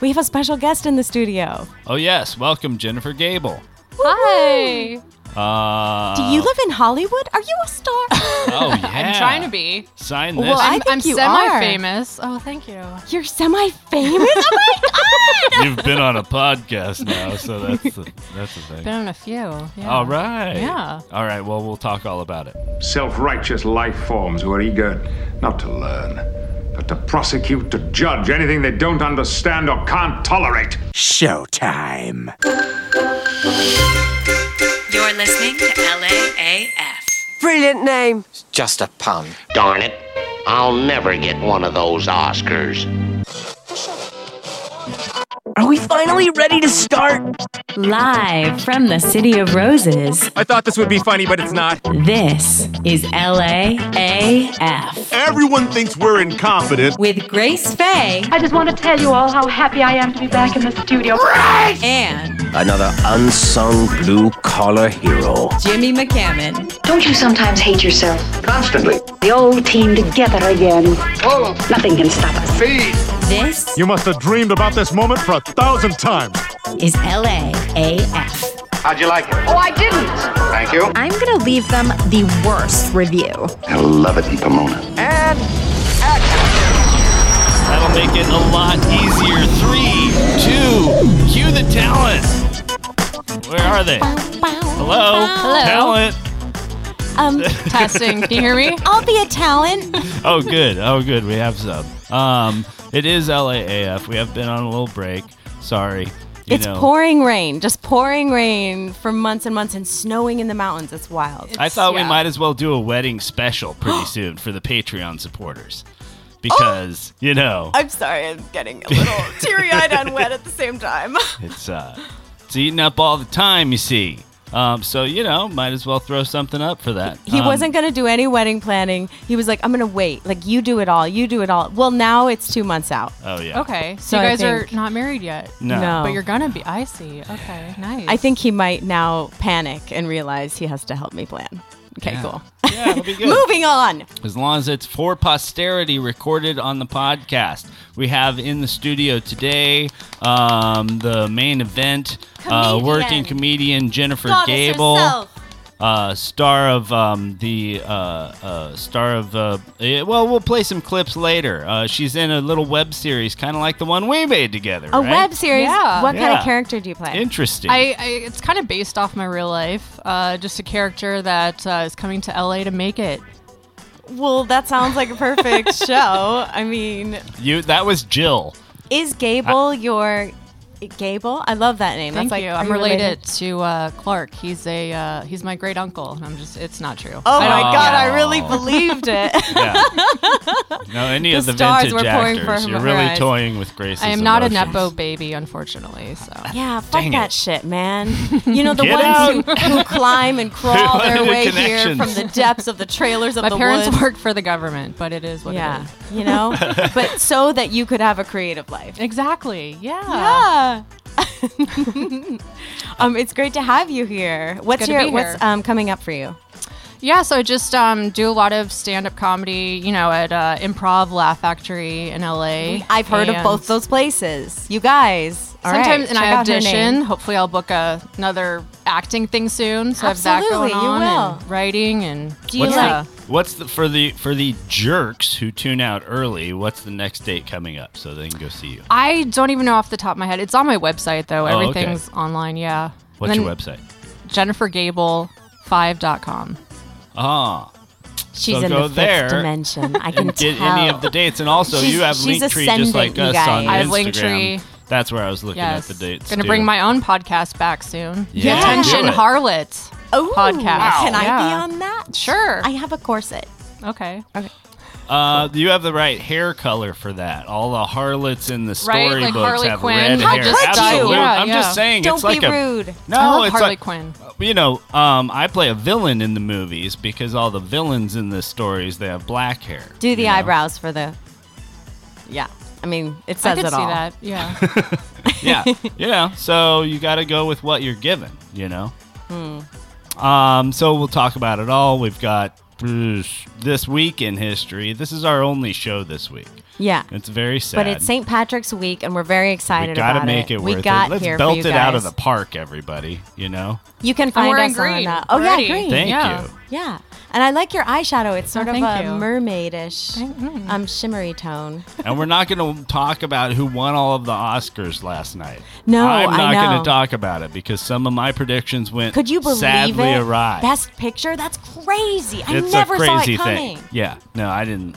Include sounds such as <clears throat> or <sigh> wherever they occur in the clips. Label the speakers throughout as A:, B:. A: We have a special guest in the studio.
B: Oh yes, welcome Jennifer Gable.
C: Hi.
B: Uh,
A: Do you live in Hollywood? Are you a <laughs> star?
B: Oh yeah.
C: <laughs> I'm trying to be.
B: Sign this.
A: Well, I
C: I'm,
A: think
C: I'm
A: you
C: semi-famous. Oh, thank you.
A: You're semi famous? Oh my God!
B: You've been on a podcast now, so that's the, that's the thing.
C: <laughs> Been on a few. Yeah.
B: All right.
C: Yeah.
B: All right. Well, we'll talk all about it.
D: self righteous life forms who are eager not to learn, but to prosecute, to judge anything they don't understand or can't tolerate.
E: Showtime.
F: You're listening to LAAF.
E: Brilliant name.
G: Just a pun.
H: Darn it. I'll never get one of those Oscars.
E: Are we finally ready to start?
I: Live from the City of Roses,
G: I thought this would be funny, but it's not.
I: this is LAAF
J: Everyone thinks we're incompetent.
I: with Grace Faye
K: I just want to tell you all how happy I am to be back in the studio.
I: and
G: Another unsung blue collar hero.
I: Jimmy McCammon.
K: Don't you sometimes hate yourself?
H: Constantly.
K: The old team together again. Oh. Nothing can stop us.
I: This
J: You must have dreamed about this moment for a thousand times.
I: is LAAF.
H: How'd you like it?
K: Oh, I didn't.
H: Thank you.
I: I'm going to leave them the worst review.
H: I love it in Pomona.
B: That'll make it a lot easier. Three, two, cue the talent. Where are they? Hello.
C: Hello.
B: Talent.
A: Um,
C: Testing. Can you hear me?
A: I'll be a <laughs> talent.
B: Oh, good. Oh, good. We have some. Um, it is LAAF. We have been on a little break. Sorry. You
A: It's
B: know.
A: pouring rain, just pouring rain for months and months and snowing in the mountains. It's wild.
B: I thought we
C: yeah.
B: might as well do a wedding special
A: <gasps>
B: pretty soon for the Patreon supporters. Because, you know,
A: I'm sorry, I'm getting a <laughs> little teary eyed and wet at the same time.
B: it's uh it's eating up all the time, you see. Um, so you know, might as well throw something up for that.
A: He
B: Um,
A: wasn't going to do any wedding planning. He was like, I'm going to wait. Like, you do it all. You do it all. Well, now it's two months out.
B: Oh
A: <laughs>
B: yeah.
C: Okay. So,
A: So
C: you
A: I
C: guys are
A: think-
C: not married yet.
B: No.
A: No.
C: But you're gonna be. I see. Okay. Nice.
A: I think he might now panic and realize he has to help me plan. Okay,
B: Yeah.
A: cool. <laughs>
B: Yeah, it'll be good.
A: Moving on.
B: As long as it's for posterity recorded on the podcast. We have in the studio today um, the main event, uh, working
A: Comedian.
B: comedian Jennifer Gable. uh, star of um, the uh, uh, star of uh, eh, well, we'll play some clips later. Uh, she's in a little web series, kind of like the one we made together.
A: A
B: right?
A: web series.
C: Yeah.
A: What kind
B: Yeah.
A: of character do you play?
B: Interesting.
C: I, I, it's kind of based off my real life. Uh, just a character that uh, is coming to LA to make it.
A: well, that sounds like a perfect <laughs> show. I mean,
B: you that was Jill.
A: is Gable your Gable? I love that name.
C: Thank
A: That's like
C: you.
A: are
C: I'm related, to uh, Clark. He's a uh, he's my great uncle. And I'm just it's not true.
A: Oh my
B: don't-
A: god,
B: Oh.
A: I really believed it.
B: Yeah. no, any of
A: The
B: the
A: stars
B: vintage
A: were pouring
B: actors.
A: from
B: You're
A: her
B: really
A: eyes.
B: toying with Grace's
C: I am not a
B: emotions.
C: nepo baby, unfortunately.
A: <laughs>
C: So
A: <laughs> yeah, fuck
B: Dang
A: that
B: it.
A: shit,
B: <laughs>
A: man. You know the
B: Get
A: ones who, who climb
B: <laughs>
A: and crawl
B: Who
A: their
B: wanted
A: way
B: the
A: here from the
B: connections?
A: depths of the trailers of
C: my
A: the
C: parents
A: woods.
C: work for the government, but it is what it
A: yeah,
C: is.
A: you
C: <laughs>
A: know, but so that you could have a creative life.
C: Exactly. Yeah.
A: Yeah. <laughs> um, it's great to have you here. What's
C: good to
A: your
C: be here.
A: what's um, coming up for you?
C: Yeah, so I just um, do a lot of stand up comedy, you know, at uh, Improv Laugh Factory in LA.
A: I've heard of
C: And
A: both those places. You guys, all right,
C: Sometimes, and
A: check
C: I
A: out her
C: audition.
A: name.
C: Hopefully, I'll book a, another acting thing soon. So I have that
A: Absolutely,
C: going
A: you
C: on.
A: will.
C: And writing and
A: Do you
B: What's
C: yeah.
B: the, what's the for the for the jerks who tune out early? What's the next date coming up so they can go see you?
C: I don't even know off the top of my head. It's on my website though.
B: Oh, okay.
C: Everything's online. Yeah.
B: What's
C: and
B: your website?
C: JenniferGable5.com.
B: Ah,
A: She's
B: So
A: in
B: go
A: the fifth
B: there
A: dimension. I
B: <laughs>
A: can
B: get
A: tell.
B: any of the dates. And also,
A: She's-
B: you have
A: she's
B: Linktree just like
A: ascendant, you
B: us
A: guys.
B: on
A: I
C: have
B: Instagram.
C: Linktree.
B: That's where I was looking
C: Yes.
B: at the dates.
C: Gonna
B: too.
C: bring my own podcast back soon.
B: Yeah.
C: Attention,
B: Do it.
C: Harlot.
A: Ooh,
C: podcast.
A: Can I be
C: Yeah.
A: on that?
C: Sure.
A: I have a corset.
C: Okay.
B: Uh, you have the right hair color for that. All the harlots in the
C: Right,
B: storybooks
C: like Harley
B: have
C: Quinn.
B: red
C: How
B: hair.
A: could you?
B: Absolutely.
C: Yeah,
B: I'm
C: yeah.
B: just saying,
A: Don't
B: it's like
A: be
B: a
A: rude.
B: no.
C: I love
B: it's
C: Harley
B: like
C: Quinn.
B: you know, um, I play a villain in the movies because all the villains in the stories they have black hair.
A: Do the
B: you know?
A: eyebrows for the. Yeah, I mean it
C: I
A: says
C: could
A: it
C: see
A: all.
C: that. Yeah.
A: <laughs>
B: yeah, you know. So you got to go with what you're given. You know.
A: Hmm.
B: Um. So we'll talk about it all. We've got uh, this week in history. This is our only show this week.
A: Yeah.
B: It's very sad.
A: But it's St. Patrick's week, and we're very excited
B: we gotta
A: about
B: make it,
A: We
B: worth
A: got
B: it. Let's
A: here
B: belt
A: for you
B: it
A: guys.
B: out of the park, everybody. You know.
A: You can
C: And
A: find
C: we're in
A: us on.
C: green
A: Uh, oh <laughs>
C: already.
A: yeah, green.
B: Thank
A: yeah.
B: you.
A: Yeah. And I like your eyeshadow. It's sort of
C: Oh, thank
A: a
C: you. Mm-hmm.
A: mermaidish, um, shimmery tone.
B: and we're not going to talk about who won all of the Oscars last night.
A: No,
B: I'm
A: I
B: not
A: know.
B: to talk about it because some of my predictions went
A: Could you believe
B: sadly
A: it?
B: awry.
A: Best picture? That's crazy. I
B: it's
A: never
B: a crazy
A: saw it
B: thing.
A: coming.
B: Yeah, no, I didn't.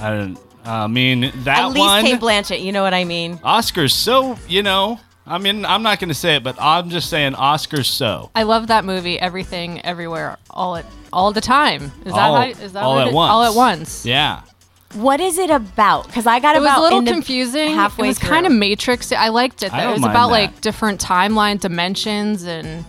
B: I didn't. I mean, that
A: At least
B: one.
A: Kate Blanchett. You know what I mean?
B: Oscars so you know. I mean, I'm not going to say it, but I'm just saying Oscars so.
C: <laughs> I love that movie. Everything, everywhere, all at all the time. Is
B: all,
C: that how, is that
B: all
C: what
B: at
C: it-
B: once?
C: All at once.
B: Yeah.
A: What is it about? Because I got
C: It was
A: about
C: a little
A: in the-
C: confusing.
A: halfway
C: it was
A: through.
C: kind of Matrix. I liked it.
B: I
C: Though.
B: don't
C: it was
B: mind
C: about
B: that.
C: like different timeline dimensions, and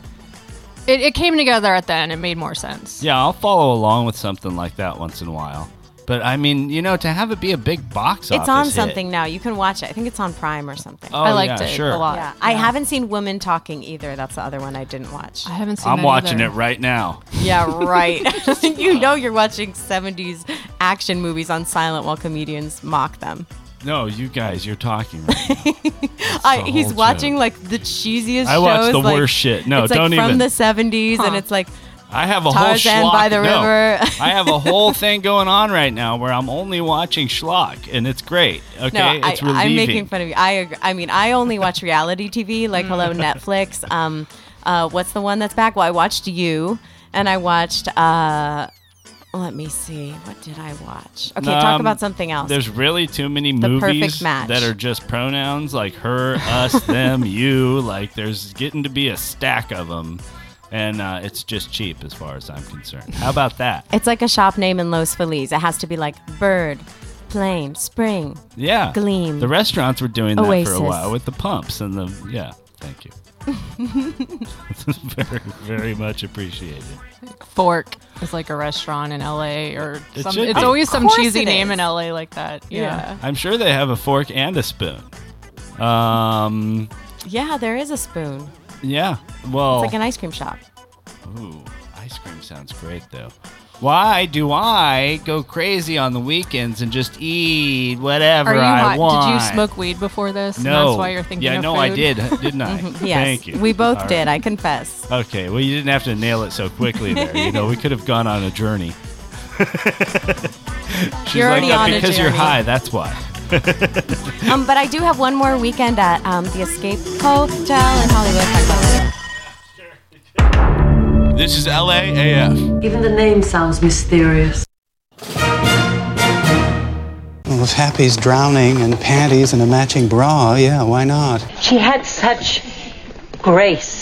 C: it, it came together at the end. It made more sense.
B: Yeah, I'll follow along with something like that once in a while. But I mean, you know, to have it be a big box office.
A: It's on
B: hit-
A: something now. You can watch it. I think it's on Prime or something.
B: Oh,
C: I liked
B: yeah,
C: it
B: sure.
C: a lot.
A: yeah. I haven't seen Women Talking either. That's the other one I didn't watch.
C: I haven't seen.
B: I'm
C: that
B: watching
C: either.
B: it right now.
A: Yeah,
B: <laughs>
A: right. <laughs> you know you're watching 70s action movies on silent while comedians mock them.
B: No, you guys, you're talking.
C: <laughs>
B: Right
A: I,
B: now. the
A: he's
B: whole
A: watching
B: joke.
A: like the cheesiest
B: I watch
A: shows,
B: the
A: like-
B: worst shit. No,
A: it's like
B: don't
A: from
B: even.
A: the 70s and it's like
B: I have a
A: Tarzan
B: whole schlock.
A: by the
B: no.
A: river.
B: <laughs> I have a whole thing going on right now where I'm only watching schlock, and it's great. Okay,
A: no, I,
B: it's relieving.
A: I'm making fun of you. I agree. I mean, I only watch reality TV like hello
B: Mm.
A: Netflix. Um uh what's the one that's back? Well, I watched you and I watched uh let me see. What did I watch? Okay, talk
B: Um,
A: about something else.
B: There's really too many
A: The perfect
B: movies
A: match.
B: that are just pronouns like her,
A: <laughs>
B: us, them, you. Like there's getting to be a stack of them, and uh, it's just cheap as far as I'm concerned. How about that?
A: It's like a shop name in Los Feliz. It has to be like bird, plane, spring.
B: Yeah,
A: Gleam.
B: The restaurants were doing that
A: Oasis.
B: for a while with the pumps and the yeah.
A: <laughs>
B: Thank you. <laughs> very, very much appreciated.
C: Fork is like a restaurant in LA, or
B: It
C: some,
B: should
C: it's
B: be.
C: always some
A: course
C: cheesy
A: it
C: name
A: is.
C: in LA like that. Yeah.
B: I'm sure they have a fork and a spoon. Um,
A: Yeah, there is a spoon. It's
B: yeah. Well,
A: like an ice cream shop.
B: Ooh, ice cream sounds great though. Why do I go crazy on the weekends and just eat whatever
C: Are you
B: I
C: hot?
B: want?
C: Did you smoke weed before this? and
B: No.
C: that's why you're thinking.
B: Yeah,
C: of
B: no,
C: food?
B: I did, didn't
C: <laughs>
B: I?
A: Yes,
B: Thank you.
A: we both
B: All
A: did.
B: right.
A: I confess.
B: Okay, well, you didn't have to nail it so quickly there. you know, we could have gone on a journey. She's
A: You're
B: like,
A: already
B: "Oh,
A: on a
B: because you're
A: journey."
B: high. That's why.
A: Um, but I do have one more weekend at um, the Escape Hotel in Hollywood. Talk about it later.
B: This is LAAF.
K: Even the name sounds mysterious.
L: Well, if Happy's drowning in panties and a matching bra, yeah, why not?
K: She had such grace.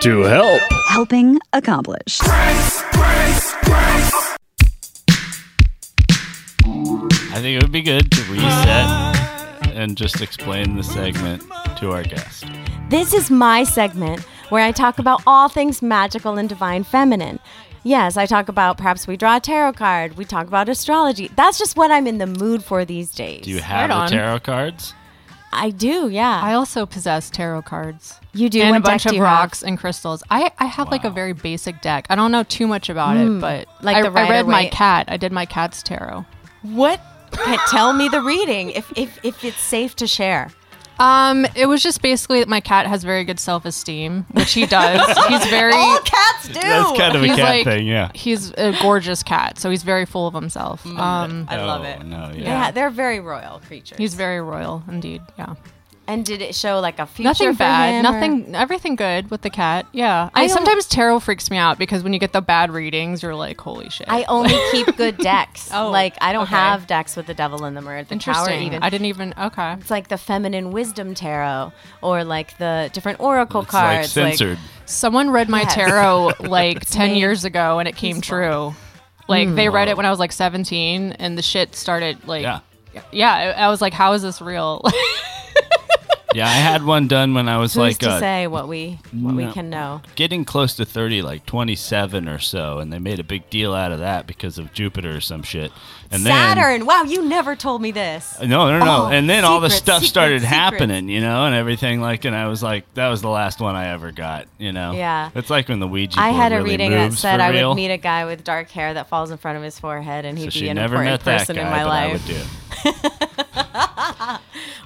M: to help.
I: Helping accomplished.
B: I think it would be good to reset and just explain the segment to our guest.
A: This is my segment where I talk about all things magical and divine feminine. Yes, I talk about perhaps we draw a tarot card, we talk about astrology. That's just what I'm in the mood for these days.
B: Do you have
C: Right
B: the
C: on.
B: tarot cards?
A: I do, yeah.
C: I also possess tarot cards.
A: You do.
C: and
A: What
C: a bunch
A: deck do
C: of
A: you have?
C: rocks and crystals. I, I have like a very basic deck. I don't know too much about it, but
A: Hmm. like
C: I,
A: the
C: I read my
A: Rider-Waite.
C: cat. I did my cat's tarot.
A: What? Ca- Tell me the reading if, if, if it's safe to share.
C: Um, it was just basically that my cat has very good self esteem, which he
A: <laughs>
C: does. he's very
A: All cats do.
B: That's kind of a
C: he's
B: cat
C: like
B: thing, yeah.
C: he's a gorgeous cat, so he's very full of himself.
A: Mm.
C: Um,
A: I love
B: Oh,
A: it.
B: No, yeah.
A: Yeah, they're very royal creatures.
C: he's very royal indeed. Yeah.
A: and did it show like a future?
C: nothing
A: for
C: bad
A: him, or-
C: nothing everything good with the cat yeah
A: I
C: i,
A: don't-
C: sometimes tarot freaks me out because when you get the bad readings you're like holy shit
A: I only keep
C: <laughs>
A: good decks.
C: Oh,
A: like I don't
C: okay.
A: have decks with the devil in them or the tower
C: interesting
A: even. Mm.
C: i didn't even okay
A: It's like the feminine wisdom tarot or like the different oracle
B: It's
A: cards.
B: like censored.
C: someone read my
A: Yes. <laughs>
C: tarot like 10
A: made
C: years ago and it came true like they read
B: Mm.
C: it when i was like 17 and the shit started like
B: yeah.
C: <laughs> yeah i, I was like how is this real
B: Yeah, I had one done when I was
A: Who's
B: like
A: to
B: uh,
A: say what we what we
B: no.
A: can know?
B: getting close to 30, like 27 or so, and they made a big deal out of that because of Jupiter or some shit. And Uh,
A: Saturn. wow, you never told me this.
B: Then, no, no, no.
A: Oh,
B: and then all the
A: secret,
B: stuff
A: secret,
B: started
A: secret.
B: happening, you know, and everything. Like, and I was like, that was the last one I ever got, you know.
A: Yeah.
B: It's like when the Ouija
A: I
B: board
A: had a
B: really
A: reading that
B: moves
A: said
B: for
A: I
B: real.
A: would meet a guy with dark hair that falls in front of his forehead, and he'd
B: so
A: be
B: she
A: an
B: never met
A: important
B: that
A: person
B: guy,
A: in my
B: but
A: life.
B: I would do. it.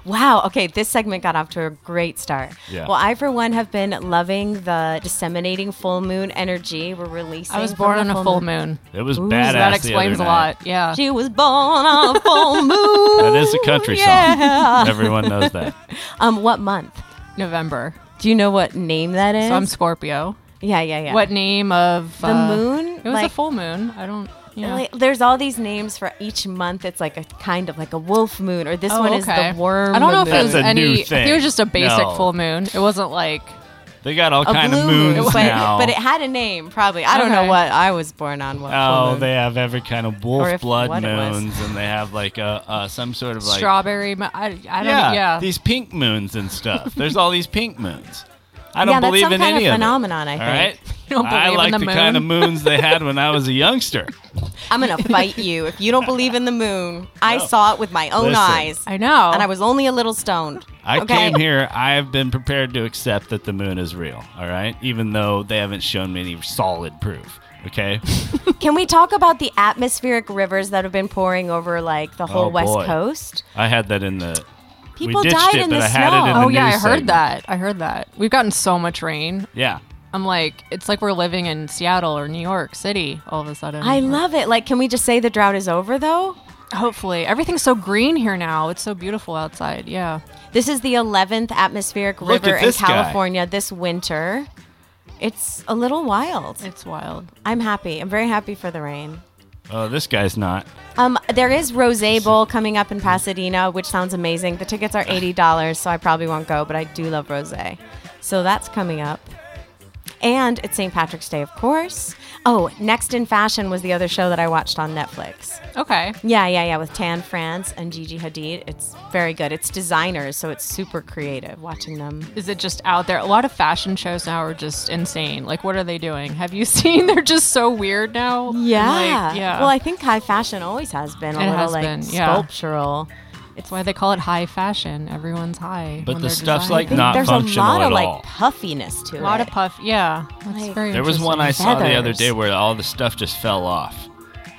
A: Wow. Okay, this segment got off to a great start.
B: Yeah.
A: Well, I for one have been loving the disseminating full moon energy we're releasing.
C: I was
A: from
C: born
A: the
C: on a full moon.
B: It was
A: Ooh,
B: badass.
C: that
B: the
C: explains
B: other
C: a
B: night.
C: lot. Yeah.
A: She was born on a full <laughs> moon.
B: That is a
A: <laughs>
B: country
A: yeah.
B: song. Everyone knows that.
A: Um, what month?
C: November.
A: Do you know what name that is?
C: So I'm Scorpio.
A: yeah, yeah, yeah.
C: What name of
A: The
C: uh,
A: moon?
C: It was a
A: Like-
C: full moon. I don't. Yeah.
A: Like, there's all these names for each month. It's like a kind of like a wolf moon, or this
C: Oh,
A: one is
C: okay.
A: the worm.
C: I don't know if
A: moon.
C: it was
B: That's a
C: any.
B: new
C: I think it
B: thing.
C: was just a basic
B: No.
C: full moon. It wasn't like
B: They got all
A: a
B: kind
A: blue
B: of moons
A: moon, but,
B: now.
A: but it had a name probably. I don't know
C: Okay.
A: what I was born on. What full
B: Oh,
A: moon.
B: they have every kind of
A: Or
B: wolf
A: if-
B: blood
A: what it was.
B: moons, and they have like uh, uh, some sort of like
C: strawberry. Mo- I, I don't.
B: yeah,
C: Yeah. yeah.
B: these pink moons and stuff. There's all these pink moons. I don't
A: Yeah, that's
B: believe
A: some
B: in
A: kind
B: any
A: of
B: of
A: phenomenon, I
B: It,
A: think.
B: all
C: <laughs>
B: right,
C: You don't
B: I
C: believe in
B: like
C: the
B: the, kind of
C: moon?
B: moons they had when I
C: <laughs>
B: was a youngster.
A: I'm gonna fight you if you don't believe in the moon. I saw it with my own
B: Listen.
A: eyes,
C: I know.
A: and I was only a little stoned.
B: I
A: okay?
B: came here. I have been prepared to accept that the moon is real. All right, even though they haven't shown me any solid proof. Okay,
A: Can we talk about the atmospheric rivers that have been pouring over like the whole
B: Oh,
A: West
B: boy.
A: Coast?
B: I had that in the.
A: People
B: we ditched
A: died
B: it,
A: in
B: but
A: the
B: I had it in
A: snow.
B: the
C: Oh yeah, I
B: news
C: heard
B: segment.
C: that. I heard that. We've gotten so much rain.
B: Yeah,
C: I'm like, it's like we're living in Seattle or New York City all of a sudden.
A: I
B: Mm-hmm.
A: love it. Like, can we just say the drought is over though?
C: Hopefully, everything's so green here now. It's so beautiful outside. Yeah.
A: This is the 11th atmospheric
B: Look
A: river
B: at
A: in
B: this guy.
A: California this winter. It's a little wild.
C: It's wild.
A: I'm happy. I'm very happy for the rain.
B: Oh, this guy's not.
A: Um, there is Rose Bowl coming up in Pasadena, which sounds amazing. The tickets are eighty dollars, so I probably won't go, but I do love Rose, so that's coming up. And it's St. Patrick's Day, of course. Oh, Next in Fashion was the other show that I watched on Netflix.
C: Okay.
A: Yeah, yeah, yeah, with Tan France and Gigi Hadid. It's very good. It's designers, so it's super creative. Watching them,
C: Is it just out there? A lot of fashion shows now are just insane. Like, what are they doing? Have you <laughs> seen? They're just so weird now. I'm
A: yeah,
C: Like, yeah.
A: Well, I think high fashion always has been a
C: It
A: little
C: has
A: like
C: been, yeah.
A: sculptural.
C: That's why they call it high fashion. Everyone's high.
B: But
C: when
B: the
C: they're
B: stuff's
C: designing.
B: like not
A: There's a
B: functional
A: lot
B: at
A: of
B: all.
A: like puffiness to it.
C: a lot of puff. Yeah. That's
A: Like-
C: very
B: There was one I
C: interesting.
B: saw the other
A: Feathers.
B: day where all the stuff just fell off.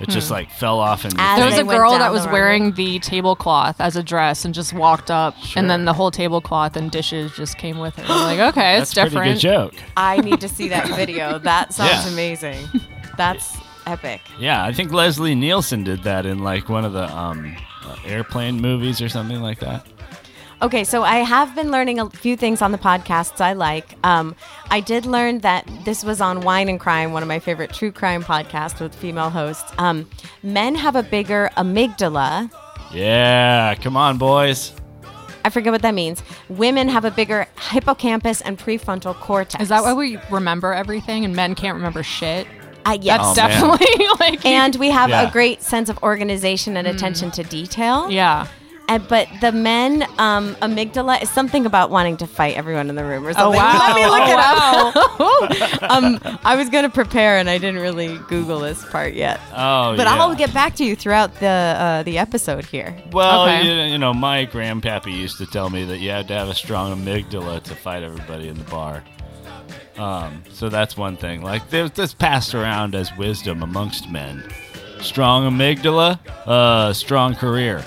B: It
C: Hmm.
B: just like fell off and
A: As
C: There was
A: they
C: a
A: went
C: girl
A: down
C: that
A: the
C: was
A: runway.
C: wearing the tablecloth as a dress and just walked up,
B: Sure.
C: and then the whole tablecloth and dishes just came with her.
B: <gasps>
C: I'm like, okay,
B: that's
C: it's
B: pretty good
C: different.
B: joke.
A: I need to see that video. That sounds
B: Yeah.
A: amazing. That's epic.
B: Yeah, I think Leslie Nielsen did that in like one of the um, uh, airplane movies or something like that.
A: Okay, so I have been learning a few things on the podcasts I like. Um, I did learn that this was on Wine and Crime, one of my favorite true crime podcasts with female hosts. Um, men have a bigger amygdala.
B: Yeah, come on, boys.
A: I forget what that means. Women have a bigger hippocampus and prefrontal cortex.
C: Is that why we remember everything and men can't remember shit?
A: Uh, yes.
B: Oh,
C: That's
B: man.
C: definitely <laughs> like
A: and we have
B: Yeah.
A: a great sense of organization and attention to detail.
C: yeah.
A: And, but the men um, amygdala is something about wanting to fight everyone in the room or something. <laughs> Let me look it up. <laughs> Um, I was going to prepare and I didn't really Google this part yet.
B: Oh,
A: but
B: yeah.
A: I'll get back to you throughout the uh, the episode here.
B: Well,
C: Okay.
B: you, you know, my grandpappy used to tell me that you had to have a strong amygdala to fight everybody in the bar. Um, so that's one thing. Like, there's this passed around as wisdom amongst men. Strong amygdala, uh, strong career.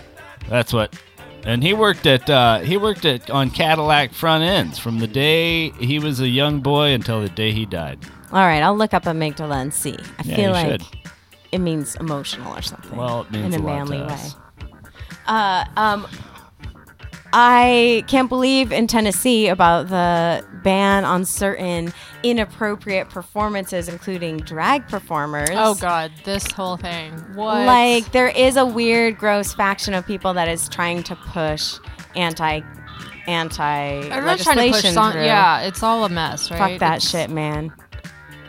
B: That's what. And he worked at uh, he worked at on Cadillac front ends from the day he was a young boy until the day he died.
A: All right, I'll look up amygdala and see. I
B: Yeah,
A: feel
B: you
A: like
B: should.
A: it means emotional or something.
B: Well, it means
A: in
B: a
A: a
B: lot to
A: manly way.
B: us.
A: Uh, um, I can't believe in Tennessee about the ban on certain inappropriate performances, including drag performers.
C: Oh god, this whole thing. What?
A: Like there is a weird, gross faction of people that is trying to push anti, anti
C: I'm not trying to push
A: legislation
C: some,
A: through.
C: Yeah, it's all a mess, right?
A: Fuck that
C: It's-
A: shit, man.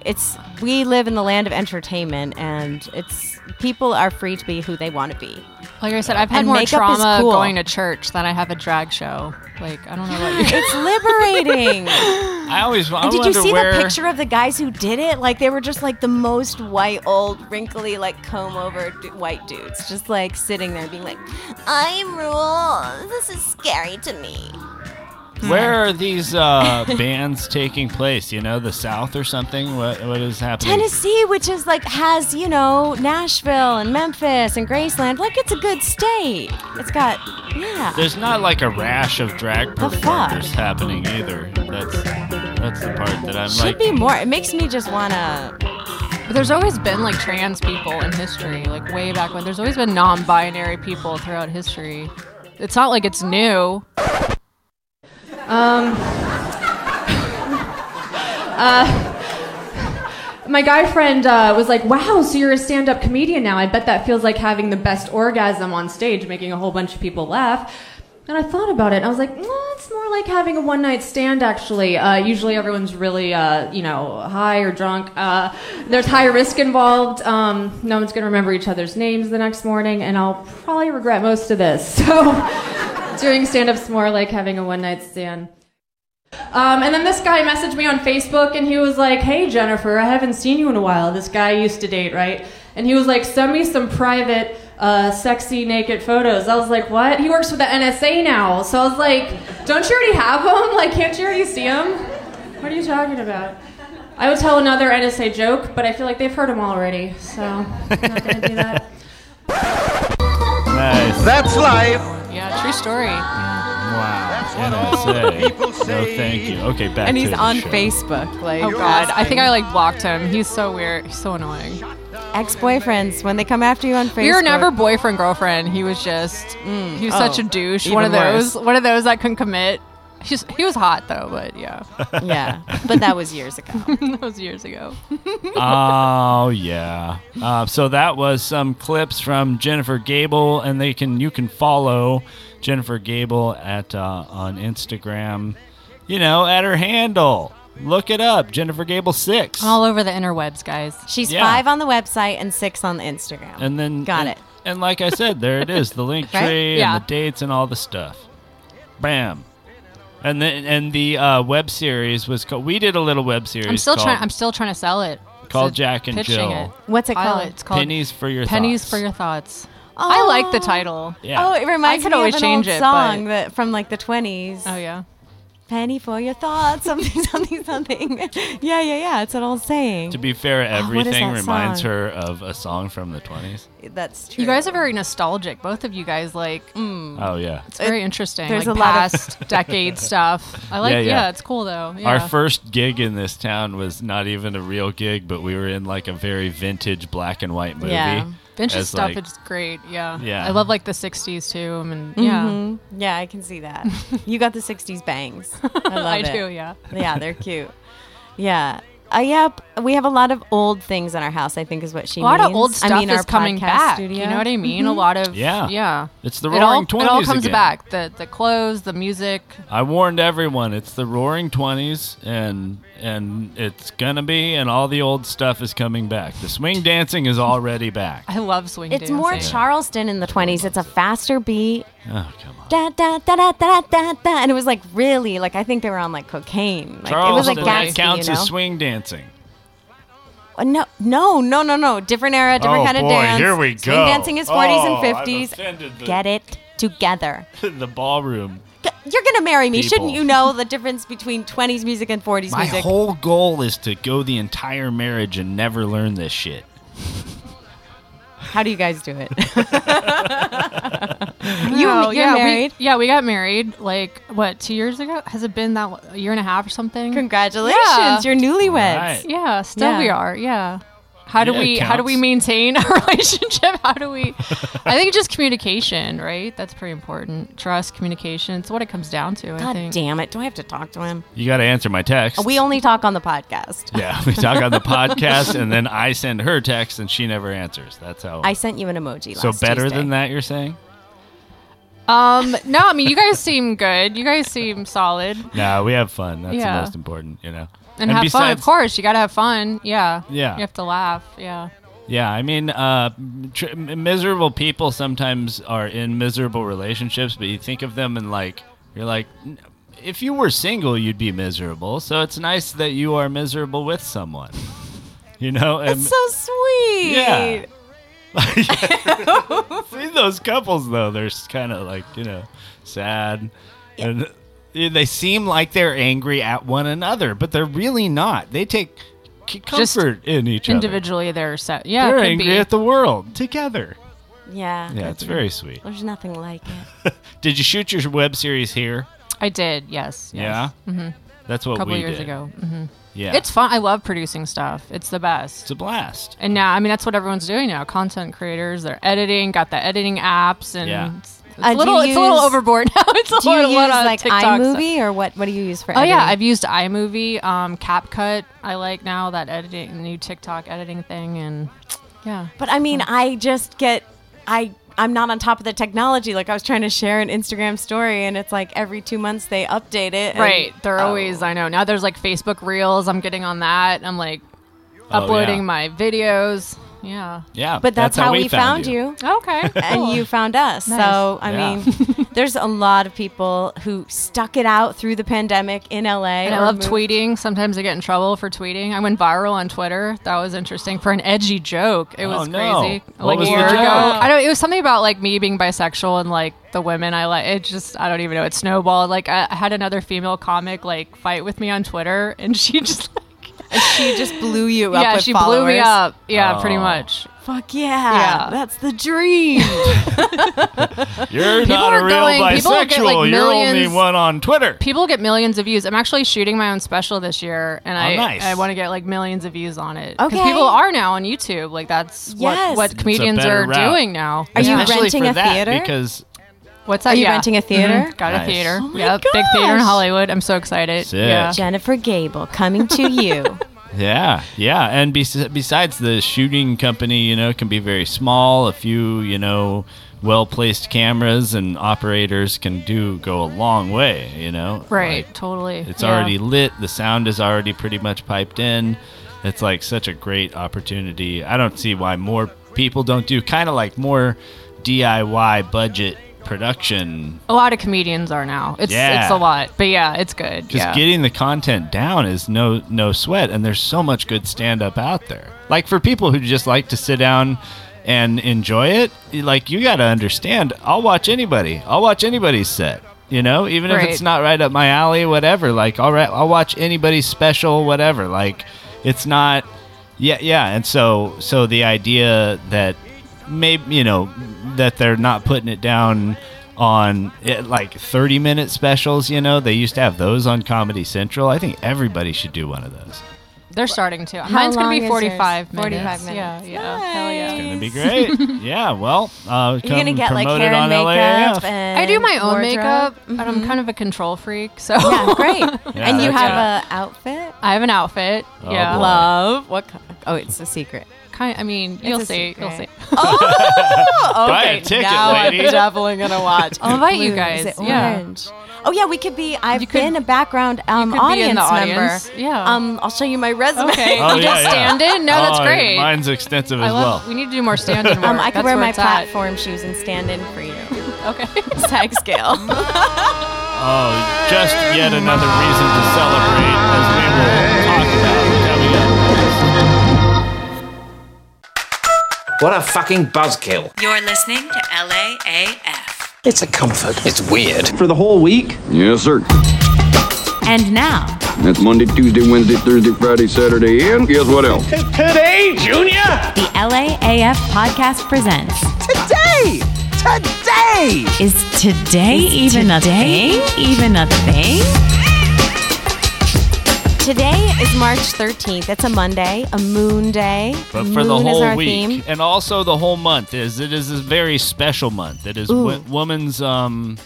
A: It's
C: <laughs>
A: we live in the land of entertainment, and it's people are free to be who they want to be.
C: Like I said, I've had
A: And
C: more
A: makeup is
C: trauma
A: cool.
C: going to church than I have a drag show. Like I don't know what you.
A: It's
C: <laughs>
A: liberating.
B: I always. I
A: and did you
B: wonder
A: see
B: where-
A: the picture of the guys who did it? Like they were just like the most white, old, wrinkly, like comb over d- white dudes, just like sitting there being like, "I rule. This is scary to me." Mm-hmm.
B: Where are these uh, <laughs> bands taking place? You know, the South or something? What What is happening?
A: Tennessee, which is like has you know Nashville and Memphis and Graceland, like it's a good state. It's got yeah.
B: There's not like a rash of drag
A: fuck?
B: performers happening either. That's that's the part that I'm
A: Should
B: like.
A: be more. It makes me just wanna.
C: But there's always been like trans people in history, like way back when. There's always been non-binary people throughout history. It's not like it's new. Um.
N: Uh, my guy friend uh, was like, "Wow, so you're a stand-up comedian now? I bet that feels like having the best orgasm on stage, making a whole bunch of people laugh." And I thought about it, and I was like, "Mm, "It's more like having a one-night stand, actually. Uh, usually, everyone's really, uh, you know, high or drunk. Uh, there's high risk involved. Um, no one's gonna remember each other's names the next morning, and I'll probably regret most of this. <laughs> So, doing stand-up's more like having a one-night stand." Um, and then this guy messaged me on Facebook and he was like, Hey, Jennifer, I haven't seen you in a while. This guy I used to date, right? And he was like, Send me some private, uh, sexy, naked photos. I was like, What? He works for the NSA now. So I was like, Don't you already have them? Like, can't you already see them? What are you talking about? I would tell another NSA joke, but I feel like they've heard them already. So I'm not going to do that.
B: Nice.
G: That's life.
C: Yeah, true story.
B: Wow. NSA. No, thank you. Okay, back
C: and
B: to
C: he's
B: the
C: on
B: show.
C: Facebook. Like,
A: Oh,
C: oh
A: God.
C: God, I think I like blocked him. He's so weird. He's so annoying.
A: Ex-boyfriends when they come after you on Facebook.
C: We were never boyfriend girlfriend. He was just mm, he was such
A: oh,
C: a douche.
A: even
C: One of those.
A: worse.
C: One of those that couldn't commit. He's, he was hot though, but yeah.
A: <laughs>
C: <laughs>
A: yeah, but that was years ago.
C: that was years ago.
B: oh yeah. Uh, so that was some clips from Jennifer Gable, and they can you can follow Jennifer Gable at uh, on Instagram. You know, at her handle. Look it up, Jennifer Gable six.
C: All over the interwebs, guys.
A: She's
B: Yeah.
A: five on the website and six on the Instagram.
B: And then
A: Got
B: and-
A: it.
B: And like I said, there it is,
C: <laughs>
B: the link tree
A: Right?
B: and
A: Yeah.
B: the dates and all the stuff. Bam. And then and the uh, web series was called. We did a little web series.
C: I'm still
B: called,
C: trying. I'm still trying to sell it.
B: called Jack and
C: pitching
B: Jill.
C: it.
A: What's it
C: Pilot.
A: called?
C: It's called
B: Pennies for your
C: Pennies
B: thoughts.
C: for your thoughts. I like the title.
B: Yeah.
A: Oh, it reminds
C: I could
A: me
C: always
A: of an
C: change
A: old
C: it,
A: song
C: but-
A: that from like the twenties. Oh
C: yeah.
A: Penny for your thoughts, something, <laughs> something, something. Yeah, yeah, yeah. It's an old saying.
B: To be fair,
A: Oh, what is
B: everything
A: that
B: reminds
A: song?
B: her of a song from the 20s.
A: That's
C: You guys are very nostalgic. Both of you guys like.
B: Oh, yeah.
C: It's very interesting.
A: there's
C: like
A: a lot of-
B: <laughs>
C: past decade stuff. I like. Yeah, it's cool though. Yeah.
B: Our first gig in this town was not even a real gig, but we were in like a very vintage black and white movie.
C: Yeah. Vintage
B: as,
C: stuff
B: like-
C: is great. Yeah.
B: Yeah.
C: I love like the 60s too. And yeah.
A: Mhm. yeah, I can see that. you got the '60s
C: <laughs>
A: bangs. I love
C: I
A: it.
C: do, yeah.
A: yeah, they're cute. Yeah. Uh, yep, we have a lot of old things in our house. I think is what she
C: A lot
A: means.
C: of old stuff
A: I mean,
C: is
A: our
C: coming
A: podcast
C: back.
A: Studio.
C: You know what I mean? A
A: Mhm.
C: lot of
B: Yeah.
C: yeah.
B: It's the
C: It all-
B: Roaring
C: It all
B: Twenties
C: comes
B: again.
C: back. The the clothes, the music.
B: I warned everyone it's the roaring 20s and and it's going to be and all the old stuff is coming back. The swing
A: <laughs>
B: dancing is already back.
C: I love swing
A: It's more
C: dancing.
A: Charleston in the '20s. It's a faster beat.
B: Oh, come
A: da, da, da, da, da, da, da. And it was like really like I think they were on like cocaine. Like
B: Charleston,
A: it was like
B: that
A: Gatsby,
B: counts
A: you know?
B: as swing dancing.
A: Uh, No, no, no, no, no. Different era, different
B: Oh,
A: kind of
B: boy,
A: dance.
B: here we
A: Swing
B: go.
A: dancing is 40s
B: Oh, I've
A: and 50s.
B: offended the-
A: Get it together.
B: <laughs> the ballroom.
A: G- You're gonna marry me,
B: People.
A: shouldn't you know the difference between 20s music and 40s
B: My
A: music?
B: whole goal is to go the entire marriage and never learn this shit.
A: How do you guys do
B: <laughs>
A: it? <laughs> you,
C: No,
A: you're
C: Oh, yeah, we-
A: married.
C: yeah, we got married like what two years ago? Has it been that lo- a year and a half or something?
A: Congratulations, you're newlyweds. Right.
C: Yeah, still we
A: Yeah.
C: are. Yeah. How do
A: Yeah, it
C: we how do
A: counts.
C: we maintain <laughs> our relationship? How do we I think just communication, right? That's pretty important. Trust, communication. It's what it comes down to, I
A: God
C: think.
A: damn it! Do I have to talk to him?
B: You got to answer my text.
A: We only talk on the podcast.
B: yeah, we talk on the podcast, and then I send her text, and she never answers. That's how.
A: I sent you an emoji.
B: so
A: last
B: better
A: Tuesday.
B: than that, you're saying?
C: Um no, I mean you guys seem good. You guys seem solid.
B: No, we have fun. That's
C: Yeah.
B: the most important, you know.
C: And, have fun, of course. You gotta have fun. Yeah.
B: Yeah.
C: You have to laugh. Yeah.
B: Yeah, I mean, uh, tr- miserable people sometimes are in miserable relationships, but you think of them and like you're like, "N- if you were single, you'd be miserable. So it's nice that you are miserable with someone. You know, and
A: That's so sweet.
B: Yeah. <laughs> see those couples though, they're kind of like you know sad, and uh, they seem like they're angry at one another, but they're really not. They take c-
C: Just
B: comfort in each other.
C: Individually, they're set. Yeah,
B: they're
C: could
B: angry
C: be.
B: at the world together.
A: Yeah.
B: Yeah, it's very sweet.
A: There's nothing like it.
B: Did you shoot your web series here?
C: I did. Yes.
B: Yeah.
C: Mhm.
B: That's what
C: a couple
B: we
C: years
B: did.
C: ago. hmm
B: Yeah.
C: It's fun. I love producing stuff. It's the best. It's
B: a blast.
C: And now, I mean, that's what everyone's doing now. Content creators, they're editing, got the editing apps, and
B: Yeah.
C: it's, it's
A: Uh,
C: a
A: do
C: little,
A: you
C: it's a little
A: use-
C: overboard <laughs>
A: <laughs>
C: now. It's a
A: do you
C: lot,
A: use
C: lot of
A: like
C: TikTok stuff.
A: iMovie or what? What do you use for?
C: Oh yeah,
A: editing?
C: I've used iMovie, um, CapCut. I like now that editing, new TikTok editing thing, and yeah.
A: But I mean, I just get I I'm not on top of the technology. Like I was trying to share an Instagram story, and it's like every two months they update it. and-
C: Right. They're always, I know. Now there's like Facebook Reels. I'm getting on that. I'm like
B: Oh,
C: uploading
B: yeah.
C: my videos. Yeah.
B: Yeah.
A: But that's, how, we found, you.
C: Okay. <laughs>
A: and
C: cool.
A: you found us.
C: Nice.
A: So I
B: Yeah.
A: mean, there's a lot of people who stuck it out through the pandemic in LA.
C: And I
A: or
C: love
A: moved-
C: tweeting. Sometimes I get in trouble for tweeting. I went viral on Twitter. That was interesting for an edgy joke. It was
B: Oh, no.
C: crazy.
B: What
C: like
B: was
C: a
B: the
C: year ago.
B: joke?
C: I don't it was something about like me being bisexual and like the women I like it just I don't even know. It snowballed. Like I I had another female comic like fight with me on Twitter and she <laughs> just
A: She just blew you up.
C: Yeah,
A: with
C: she blew me
A: followers.
C: up. Yeah, pretty
B: Oh.
C: much.
A: Fuck yeah,
C: Yeah.
A: that's the dream.
B: You're
C: People
B: not a
C: are
B: real
C: going- people
B: bisexual.
C: get, like,
B: You're only
C: millions-
B: one on Twitter.
C: People get millions of views. I'm actually shooting my own special this year, and
B: Oh,
C: I
B: nice.
C: I want to get like millions of views on it.
A: Okay.
C: people are now on YouTube. Like that's
A: Yes.
C: what what
A: It's a
C: comedians
B: better
C: are
B: route.
C: doing now.
A: Are you
B: Especially
A: renting
B: for
A: a
B: that,
A: theater?
B: Because
C: What's
A: Are
C: that?
A: you
C: Yeah.
A: renting a
C: Mhm.
A: theater?
C: Got
B: Nice.
C: a theater.
B: Oh my
C: yeah, big theater in
A: gosh.
C: Hollywood. I'm so excited.
B: Sick.
C: Yeah.
A: Jennifer Gable coming to you.
B: Yeah, yeah, and bes- besides the shooting company, you know, can be very small. A few, you know, well placed cameras and operators can do go a long way. You know,
C: Right.
B: Like,
C: totally.
B: it's
C: Yeah.
B: already lit. The sound is already pretty much piped in. It's like such a great opportunity. I don't see why more people don't do kind of like more DIY budget production.
C: a lot of comedians are now. It's
B: Yeah.
C: it's a lot, but yeah, it's good.
B: Just
C: yeah.
B: getting the content down is no no sweat, and there's so much good stand up out there. Like for people who just like to sit down and enjoy it, like you got to understand. I'll watch anybody. I'll watch anybody's set. You know, even if it's
C: Right.
B: not right up my alley, whatever. Like, all right, I'll watch anybody's special, whatever. Like, it's not. Yeah, yeah. And so, so the idea that maybe you know that they're not putting it down on it, like 30 minute specials you know they used to have those on comedy central i think everybody should do one of those
C: They're starting
A: <laughs>
C: to.
A: How
C: Mine's
A: long
C: gonna
A: is
C: be
A: yours?
C: 45 minutes.
A: 45 minutes.
C: Yeah, yeah. Hell yeah.
B: it'd be great yeah well uh
A: You're gonna
B: come
A: get like
B: promote
A: hair
B: it on
A: and makeup.
B: LAAF.
A: And
C: I do my
A: wardrobe. Mm-hmm.
C: own makeup, <laughs> but I'm kind of a control freak, so
A: Yeah, great.
B: Yeah,
A: <laughs> and you
B: that's
A: have
B: good.
A: a outfit.
C: <laughs> I have an outfit.
B: Oh,
C: yeah.
B: boy.
A: Love what? co- Oh, it's a secret.
C: Kind I mean, you'll
A: a
C: see. You'll see. <laughs>
A: secret. Oh,
B: Buy a
A: okay.
B: ticket,
A: now
B: lady.
A: I'm definitely gonna watch.
C: I'll invite you
A: Blue,
C: guys,
A: Is it
C: yeah.
A: orange? Oh yeah, we could be. I've
C: could-
A: been a background um,
C: could be
A: audience
C: in the
A: member.
C: audience, yeah.
A: Um, I'll show you my resume.
C: Okay.
A: <laughs>
B: Oh, yeah,
C: you did
B: yeah.
C: stand in? No, that's
B: Oh,
C: great.
B: mine's extensive
C: I
B: as
C: love,
B: well
C: We need to do more stand in work.
A: <laughs> Um, I could
C: That's
A: wear
C: where
A: my
C: it's at.
A: platform shoes and stand in for
C: <laughs>
A: you.
C: Okay.
A: Sag <laughs> scale.
B: oh just yet another reason to celebrate as we will talk about coming up
G: What a fucking buzzkill.
F: You're listening to LAAF.
G: It's a comfort. It's weird. For the whole week?
O: Yes, sir.
F: And now,
O: That's Monday, Tuesday, Wednesday, Thursday, Friday, Saturday, and guess what else?
G: Today, Junior!
F: the LAAF podcast presents.
G: Today! Today!
F: Is today even a thing? Even a thing?
A: Today is March 13th. It's a Monday, a moon day.
B: But
A: moon
B: for the
A: is
B: whole
A: our
B: week
A: theme.
B: and also the whole month is it is a very special month. It is
A: Ooh.
B: wo- woman's um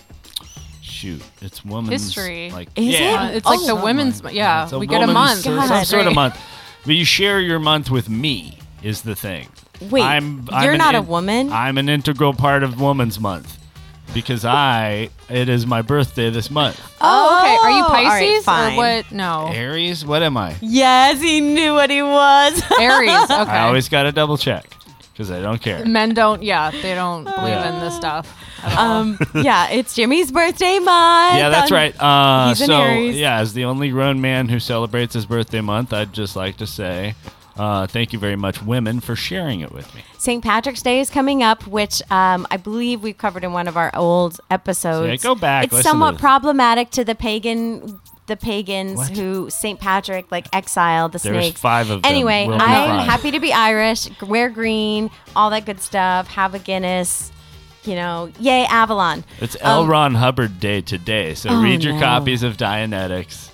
B: shoot, it's woman's
C: History.
B: Like
A: Is
B: yeah,
A: it?
C: It's like
A: Oh.
C: the women's. Yeah,
B: it's a
C: we get a
B: woman's-
C: month.
A: God,
B: some sort
C: great.
B: of month. But you share your month with me is the thing.
A: Wait,
B: I'm, I'm
A: you're
B: an
A: not a
B: in-
A: woman?
B: I'm an integral part of Woman's Month. because I it is my birthday this month.
C: Oh, okay. Are you
A: Oh, all right,
C: Pisces
A: fine.
C: or what?
A: Oh.
C: No.
B: Aries, what am I?
A: Yes, he knew what he
C: <laughs>
A: was.
C: Aries.
A: <laughs>
C: Okay.
B: I always got to double check because I don't care.
C: Men don't. Yeah, they don't
A: Uh,
C: believe
B: Yeah.
C: in this stuff.
A: Um, yeah, it's Jimmy's birthday month.
B: Yeah, that's
A: on-
B: right. Uh,
A: He's an
B: so,
A: Aries.
B: yeah, as the only grown man who celebrates his birthday month, I'd just like to say uh, thank you very much, women, for sharing it with me.
A: St. Patrick's Day is coming up, which um, I believe we've covered in one of our old episodes.
B: Yeah, go back,
A: It's
B: listen
A: somewhat
B: to-
A: problematic to the pagan, the pagans
B: What?
A: who St. Patrick like exiled the
B: There's
A: snakes.
B: five of them.
A: Anyway,
B: We'll be
A: I'm
B: fine.
A: happy to be Irish. g- Wear green, all that good stuff. Have a Guinness. You know, yay Avalon.
B: It's L.
A: Um,
B: Ron Hubbard Day today, so
A: Oh,
B: read your
A: no.
B: copies of Dianetics.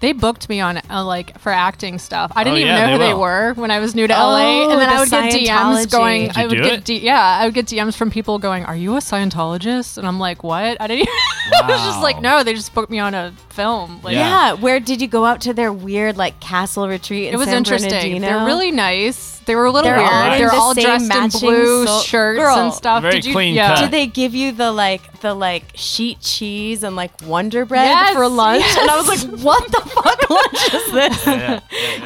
C: They booked me on uh, like for acting stuff. I
B: Oh,
C: didn't even
B: yeah,
C: know who
B: they
C: they
B: will.
C: were when I was new to
A: Oh,
C: LA, and then
A: the
C: I would get DMs
A: Scientology.
C: going.
B: Did you
C: I would
B: do
C: get
B: it?
C: D- yeah, I would get DMs from people going, "Are you a Scientologist?" And I'm like, "What?" I didn't. Even- <laughs> I was just like,
A: Wow.
C: "No, they just booked me on a film." Like,
A: yeah. where did you go out to their weird like castle retreat? In
C: It was
A: San
C: interesting.
A: Bernardino?
C: They're really nice. They were a little
A: They're
C: weird.
A: all in
C: They're
A: the
C: all
A: same
C: dressed in
A: matching
C: blue
A: sol-
C: shirts
A: Girl.
C: and stuff.
B: Very
C: Did you?
B: clean
C: yeah.
B: cut. <laughs>
A: Did they give you the like the like sheet cheese and like Wonder Bread
C: Yes,
A: for lunch?
C: yes.
A: And I was like, what the fuck <laughs> lunch is this?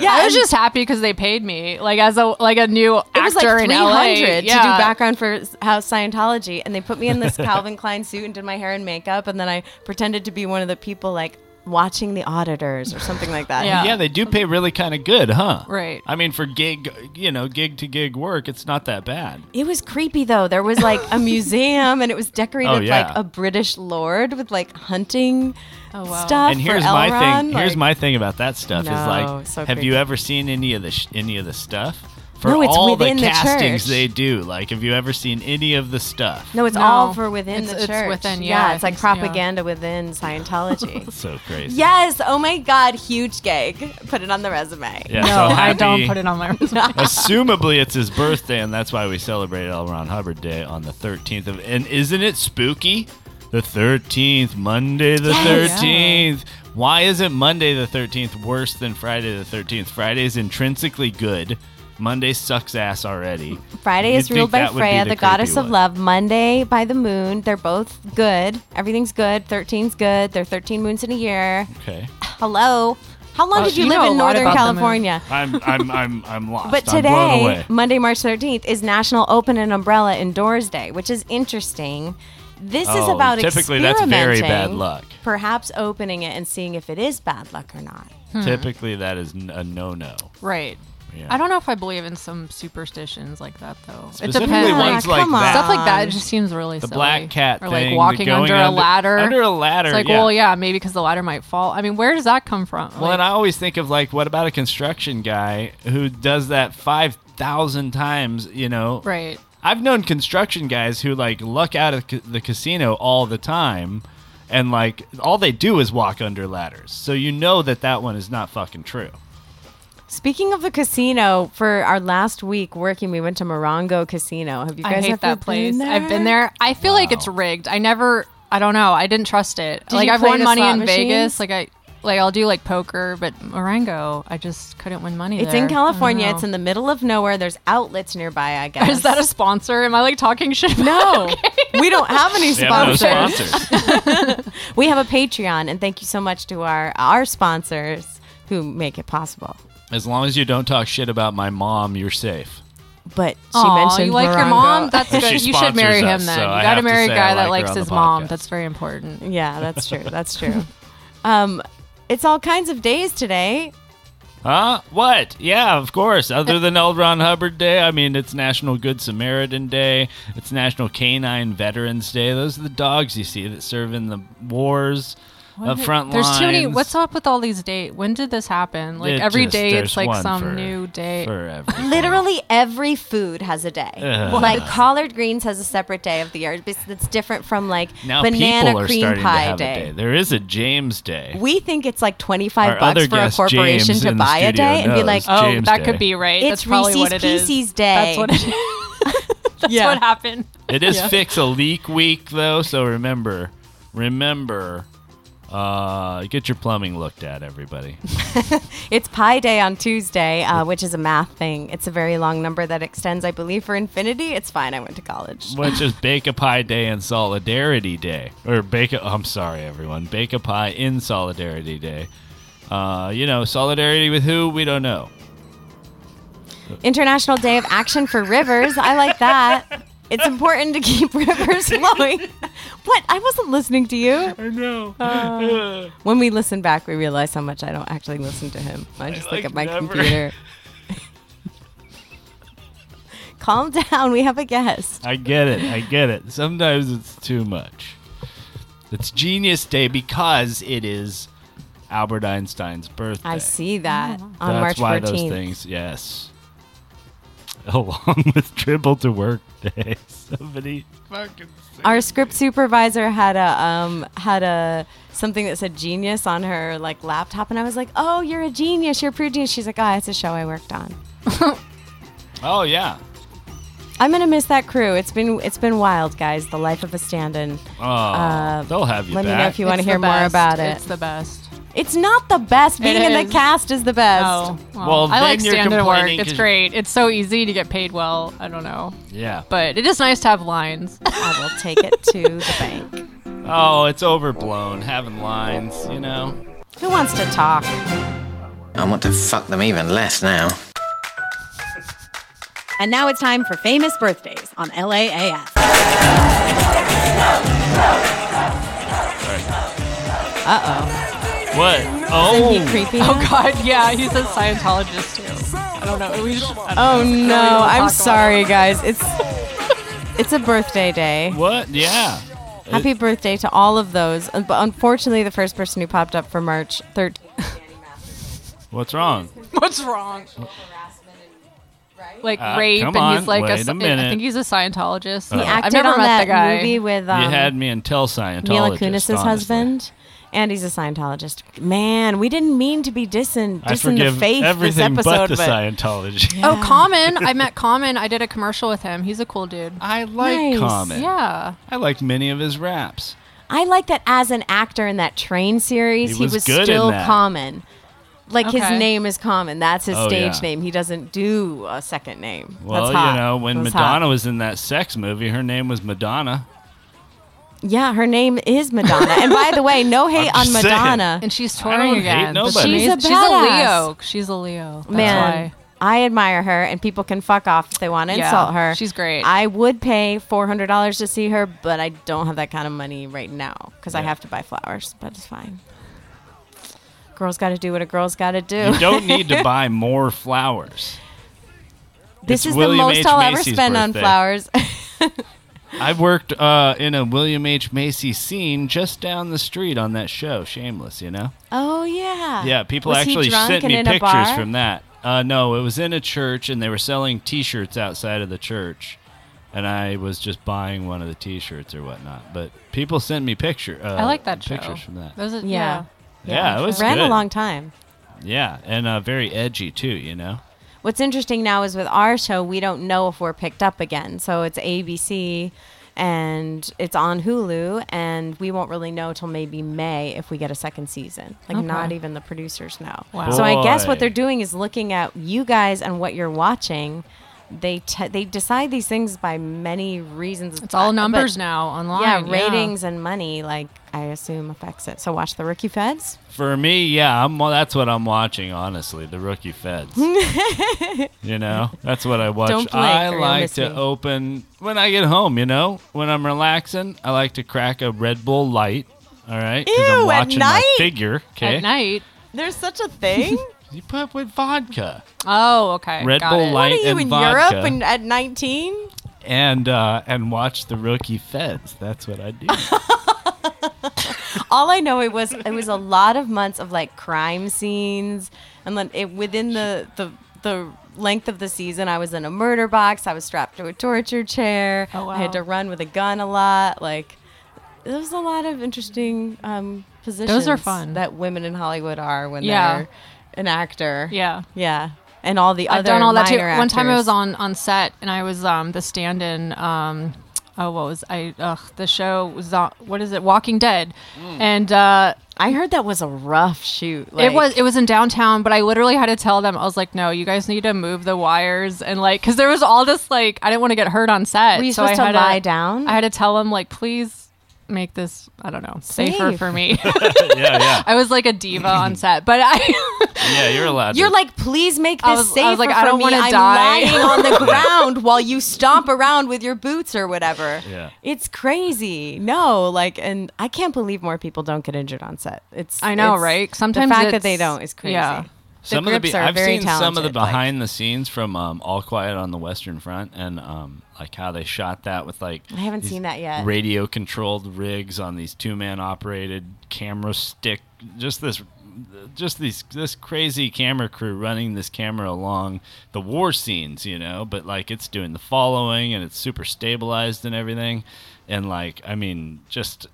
A: Yeah,
C: I was just happy because they paid me, like as a like a new actor
A: it was like
C: in
A: three
C: LA.
A: hundred to do
C: Yeah.
A: background for s- House Scientology, and they put me in this Calvin Klein suit and did my hair and makeup, and then I pretended to be one of the people like watching the auditors or something like that.
B: Yeah. they do pay really kind of good, huh?
A: Right.
B: I mean, for gig, you know, gig to gig work, it's not that bad.
A: It was creepy though. There was like a museum, and it was decorated
B: Oh, yeah.
A: like a British lord with like hunting
C: Oh, wow.
A: stuff.
B: and here's
A: for
B: my
A: Elrond,
B: thing. here's
A: like-
B: my thing about that stuff is
A: No,
B: like,
A: so
B: have
A: creepy.
B: you ever seen any of the sh- any of the stuff? For
A: No, it's
B: all
A: within
B: the
A: the
B: castings
A: church.
B: they do, like, have you ever seen any of the stuff?
A: No, it's
C: No.
A: all for within
C: It's-
A: the
C: it's
A: church.
C: within, yeah,
A: it's like
C: it's- yeah.
A: propaganda within
C: <laughs>
A: Scientology.
B: So crazy.
A: yes. Oh my God. Huge gag. Put it on the resume.
B: Yeah, so
C: no, I don't
B: happy-
C: put it <laughs> on my resume.
B: Assumably, it's his birthday, and that's why we celebrate L. Ron Hubbard Day on the 13th of. And isn't it spooky? The 13th, Monday the
A: Yes.
B: 13th. Why isn't Monday the 13th worse than Friday the 13th? Friday is intrinsically good. Monday sucks ass already.
A: Friday
B: You'd
A: is ruled
B: think
A: by
B: that would be
A: Freya, the,
B: creepy
A: goddess of
B: one.
A: love. Monday by the moon. They're both good. Everything's good. 13's good. There are 13 moons in a year.
B: Okay.
A: Hello. How long
C: Well,
A: did you,
C: you know
A: live
C: a
A: in
C: lot
A: Northern
C: about the moon.
A: California?
B: I'm, I'm, I'm, I'm lost.
A: But
B: I'm blown
A: today,
B: away.
A: Monday, March 13th, is National Open an Umbrella Indoors Day, which is interesting. This is
B: Oh,
A: about
B: typically that's
A: experimenting,
B: very bad luck.
A: Perhaps opening it and seeing if it is bad luck or not.
B: Typically, that is n- a no no.
C: Right.
B: Yeah.
C: I don't know if I believe in some superstitions like that though. It
B: Specifically
C: depends.
B: ones like
C: come on.
B: that.
C: Stuff like that. It just seems really
B: The
C: silly.
B: black cat
C: or
B: thing,
C: like
B: the
C: walking
B: going
C: under, a
B: under-
C: ladder.
B: under a ladder,
C: It's like,
B: yeah.
C: well, yeah, maybe because the ladder might fall. I mean, where does that come from?
B: Well,
C: Like,
B: and I always think of like, what about a construction guy who does that five thousand times? You know,
C: right.
B: I've known construction guys who like luck out of ca- the casino all the time, and like all they do is walk under ladders. So you know that that one is not fucking true.
A: Speaking of the casino, for our last week working, we went to Morongo Casino. Have you
C: I
A: guys
C: hate
A: ever
C: that place.
A: Been
C: I've been there. I feel like it's rigged. I never. I don't know. I didn't trust it.
A: Did
C: like
A: you
C: I've
A: play
C: won
A: the
C: money
A: slot
C: in Vegas.
A: machines?
C: Like I. Like I'll do like poker, but Marengo, I just couldn't win money.
A: It's
C: there.
A: in California. It's
C: in.
A: in the middle of nowhere. There's outlets nearby, I guess.
C: <laughs> Is that a sponsor? Am I like talking shit? <laughs>
A: No. We don't have
B: <laughs>
A: any
B: They have no
A: sponsors.
B: sponsors.
A: we have a Patreon, and thank you so much to our, our sponsors who make it possible.
B: As long as you don't talk shit about my mom, you're safe.
A: But she
C: Aw,
A: mentioned
C: you like your
A: Morongo. <laughs>
C: mom. That's
B: <laughs> She
C: good. You should
B: sponsors
C: marry him
B: us,
C: then.
B: so
C: you
B: I
C: got
B: have
C: to
B: to
C: marry a
B: say I
C: guy
B: like
C: that
B: her
C: likes
B: on the
C: his mom.
B: podcast.
C: That's very important.
A: Yeah, that's true. That's true. Um, it's all kinds of days today.
B: Huh? What? Yeah, of course.
C: <laughs>
B: Other than L. Ron Hubbard Day, I mean, it's National Good Samaritan Day. It's National Canine Veterans Day. Those are the dogs you see that serve in the wars, the front
C: There's
B: lines.
C: too many. What's up with all these dates? When did this happen? Like
B: It
C: every
B: just-
C: day,
B: there's
C: it's like
B: one for-
C: some new day.
B: for everything.
C: <laughs>
A: Literally every food has a day.
B: Ugh.
A: Like collard greens has a separate day of the year. It's it's different from like
B: Now
A: banana
B: people are
A: cream
B: starting to
A: pie
B: have
A: day.
B: a day. There is a James Day.
A: We think it's like twenty five
B: Our
A: bucks
B: other
A: for a
B: guest,
A: corporation
B: James,
A: to
B: in the
A: buy a
B: studio
A: day and be
B: knows
A: like,
C: Oh,
B: James
C: that
B: Day.
C: could be right.
A: It's
C: That's probably what
A: Reese's
C: it is.
A: Pieces Day.
C: That's what it is. <laughs> That's
A: Yeah.
C: what happened.
B: It is
C: Yeah.
B: fix a leak week though, so remember, remember, Uh, get your plumbing looked at, everybody.
A: It's Pi Day on Tuesday, uh, which is a math thing. It's a very long number that extends, I believe, for infinity. It's fine. I went to college.
B: Which is Bake a Pie Day and Solidarity Day, or Bake. A, I'm sorry, everyone. Bake a Pie in Solidarity Day. Uh, you know, solidarity with who? We don't know.
A: International Day of Action for Rivers. I like that. It's important to keep <laughs> rivers flowing. what? I wasn't listening to you. I
B: know.
A: when we listen back, we realize how much I don't actually listen to him. I just look
B: like,
A: at my
B: never.
A: computer. <laughs> Calm down. We have a guest.
B: I get it. I get it. Sometimes it's too much. It's Genius Day because it is Albert Einstein's birthday.
A: I see that on March
B: That's why
A: 14th.
B: those things, yes. <laughs> Along with Triple to Work Day. <laughs> Somebody.
A: Our script supervisor had a um, had a something that said genius on her like laptop, and I was like, "Oh, you're a genius. You're a pretty genius." She's like, "Ah, it's a show I worked on."
B: Oh, yeah.
A: I'm gonna miss that crew. It's been it's been wild, guys. The life of a stand-in.
B: Oh, they'll have you
A: Uh, Let me know
B: back.
A: if you want to
C: It's
A: hear
C: the
A: more
C: best.
A: about it.
C: It's the best.
A: It's not the best. Being
C: It
A: in
C: is.
A: the cast is the best. Oh,
C: Well, I like standard work. It's
B: 'cause-
C: great. It's so easy to get paid well. I don't know.
B: Yeah.
C: But it is nice to have lines. <laughs>
A: I will take it to <laughs> the bank.
B: Oh, it's overblown. Having lines, you know.
A: Who wants to talk?
P: I want to fuck them even less now.
I: And now it's time for famous birthdays on LAAF.
C: Uh
B: What? Oh.
C: Oh God, yeah. He's a
A: <laughs>
C: Scientologist too. I don't know. We should, I don't
A: Oh
C: know.
A: no,
C: We'll
A: I'm
C: talk about
A: sorry, guys. It's it's a birthday day.
B: What? Yeah.
A: Happy birthday to all of those. Uh, But unfortunately, the first person who popped up for March 13th.
B: What's wrong?
C: What's wrong? Like
B: Uh,
C: rape,
B: come
C: and
B: on,
C: he's like,
B: wait
C: a,
B: a
C: sci- I
B: minute.
C: think he's a Scientologist.
B: He
A: acted
C: I've never
A: on
C: met
A: that
C: the guy.
A: movie with, um,
B: you had me until Scientologist.
A: Mila Kunis'
B: honestly.
A: husband. And he's a Scientologist. Man, we didn't mean to be dissing,
B: I
A: dissing the
B: forgive
A: faith this
B: everything
A: episode.
B: but the
A: but-
B: Scientology.
C: Oh, Common! I met Common. I did a commercial with him. He's a cool dude.
B: <laughs> I like Nice. Common.
C: Yeah.
B: I liked many of his raps.
A: I like that as an actor in that train series,
B: He
A: he
B: was
A: was,
B: good in
A: still
B: that.
A: common. Like
C: Okay.
A: his name is common. That's his
B: Oh,
A: stage
B: yeah.
A: name. He doesn't do a second name.
B: Well,
A: That's hot.
B: you know, when
A: That's
B: Madonna
A: hot.
B: was in that sex movie, her name was Madonna.
A: Yeah, her name is Madonna. and by the way, no hate
B: <laughs> I'm
A: on
B: just
A: Madonna.
C: And she's
B: I don't
C: touring
B: hate
C: again. But
B: nobody.
C: She's,
A: She's a
C: she's a
A: badass.
C: Leo. She's a Leo. That's
A: Man,
C: why.
A: I admire her, and people can fuck off if they want to
C: Yeah,
A: insult her.
C: she's great.
A: I would pay four hundred dollars to see her, but I don't have that kind of money right now because I have to buy flowers. But it's fine. Girls got to do what a girl's got to do. <laughs>
B: You don't need to buy more flowers.
A: This
B: It's
A: is
B: William
A: the most
B: H.
A: I'll ever
B: Macy's
A: spend on
B: birthday. <laughs>
A: flowers.
B: I worked uh, in a William H. Macy scene just down the street on that show, Shameless, you know?
A: oh yeah.
B: Yeah, people
A: Was he
B: actually
A: drunk
B: sent
A: and
B: me
A: in a
B: pictures
A: bar?
B: from that. Uh, no, it was in a church, and they were selling T-shirts outside of the church, and I was just buying one of the T-shirts or whatnot. But people sent me picture. Uh,
C: I like that show.
B: pictures from that.
C: Those are-
A: Yeah.
C: yeah.
B: Yeah, it was
A: ran a
B: good.
A: long time.
B: Yeah, and uh, very edgy too. You know.
A: What's interesting now is with our show, we don't know if we're picked up again. So it's ABC and it's on Hulu, and we won't really know till maybe May if we get a second season. Like,
C: Okay.
A: not even the producers know. So I guess what they're doing is looking at you guys and what you're watching. They te- they decide these things by many reasons.
C: It's all
A: Uh, but-
C: numbers now online,
A: Yeah,
C: yeah.
A: ratings and money, like I assume, affects it. So watch the Rookie Feds.
B: For me, yeah, I'm, well, that's what I'm watching. Honestly, the
A: <laughs>
B: rookie feds. you know, that's what I watch.
A: Don't blink
B: I
A: or you'll
B: like
A: miss
B: to
A: me.
B: open when I get home. You know, when I'm relaxing, I like to crack a Red Bull Light. All right, because I'm
A: Ew, at
B: watching my
A: night?
B: figure. Okay,
C: At night.
A: There's such a thing.
B: you put up with vodka.
C: Oh, okay.
B: Red
C: got
B: Bull
C: it.
B: Light
A: What are you
B: and
A: in
B: vodka.
A: Europe and, at 19?
B: and uh, and watch the rookie feds. That's what
A: <laughs>
B: I do.
A: All I know it was it was a lot of months of like crime scenes, and then it within the the the length of the season, I was in a murder box. I was strapped to a torture chair.
C: Oh,
A: I had to run with a gun a lot. Like there was a lot of interesting um, positions.
C: fun.
A: that women in Hollywood are when
C: Yeah.
A: they're an actor.
C: Yeah.
A: yeah, and all the
C: I've
A: other
C: done all that too.
A: minor
C: One time I was
A: actors.
C: on on set and I was um the stand-in. Um,
B: Mm.
C: oh, what was I? Ugh, the show was on. What is it? Walking Dead. And uh,
A: I heard that was a rough shoot. Like,
C: it was it was in downtown, but I literally had to tell them I was like, no, you guys need to move the wires and like because there was all this like I didn't want to get hurt on set.
A: Were you
C: so I
A: supposed to
C: had
A: lie down?
C: I had to tell them like, please make this I don't know safer
A: Safe.
C: for me.
B: yeah, yeah.
C: <laughs> I was like a diva on set, but I <laughs>
B: Yeah, you're allowed.
A: You're
B: to.
A: like, please make this
C: I was-
A: safer
C: I was like,
A: for
C: I don't
A: me.
C: wanna
A: I'm
C: die."
A: lying on
C: <laughs>
A: the ground while you stomp around with your boots or whatever.
C: Yeah.
A: It's crazy. No, like, and I can't believe more people don't get injured on set. It's
C: I know,
A: it's-
C: right? Sometimes
A: the fact that
C: it's-
A: they don't is crazy.
C: yeah.
A: The
B: some of the
A: grips
B: be-
A: are
B: I've
A: very
B: seen some of the
A: talented, like-
B: behind the scenes from um, All Quiet on the Western Front and um, like how they shot that with like
A: I haven't seen that yet.
B: radio controlled rigs on these two man operated camera stick just this just these this crazy camera crew running this camera along the war scenes you know but like it's doing the following and it's super stabilized and everything and like i mean just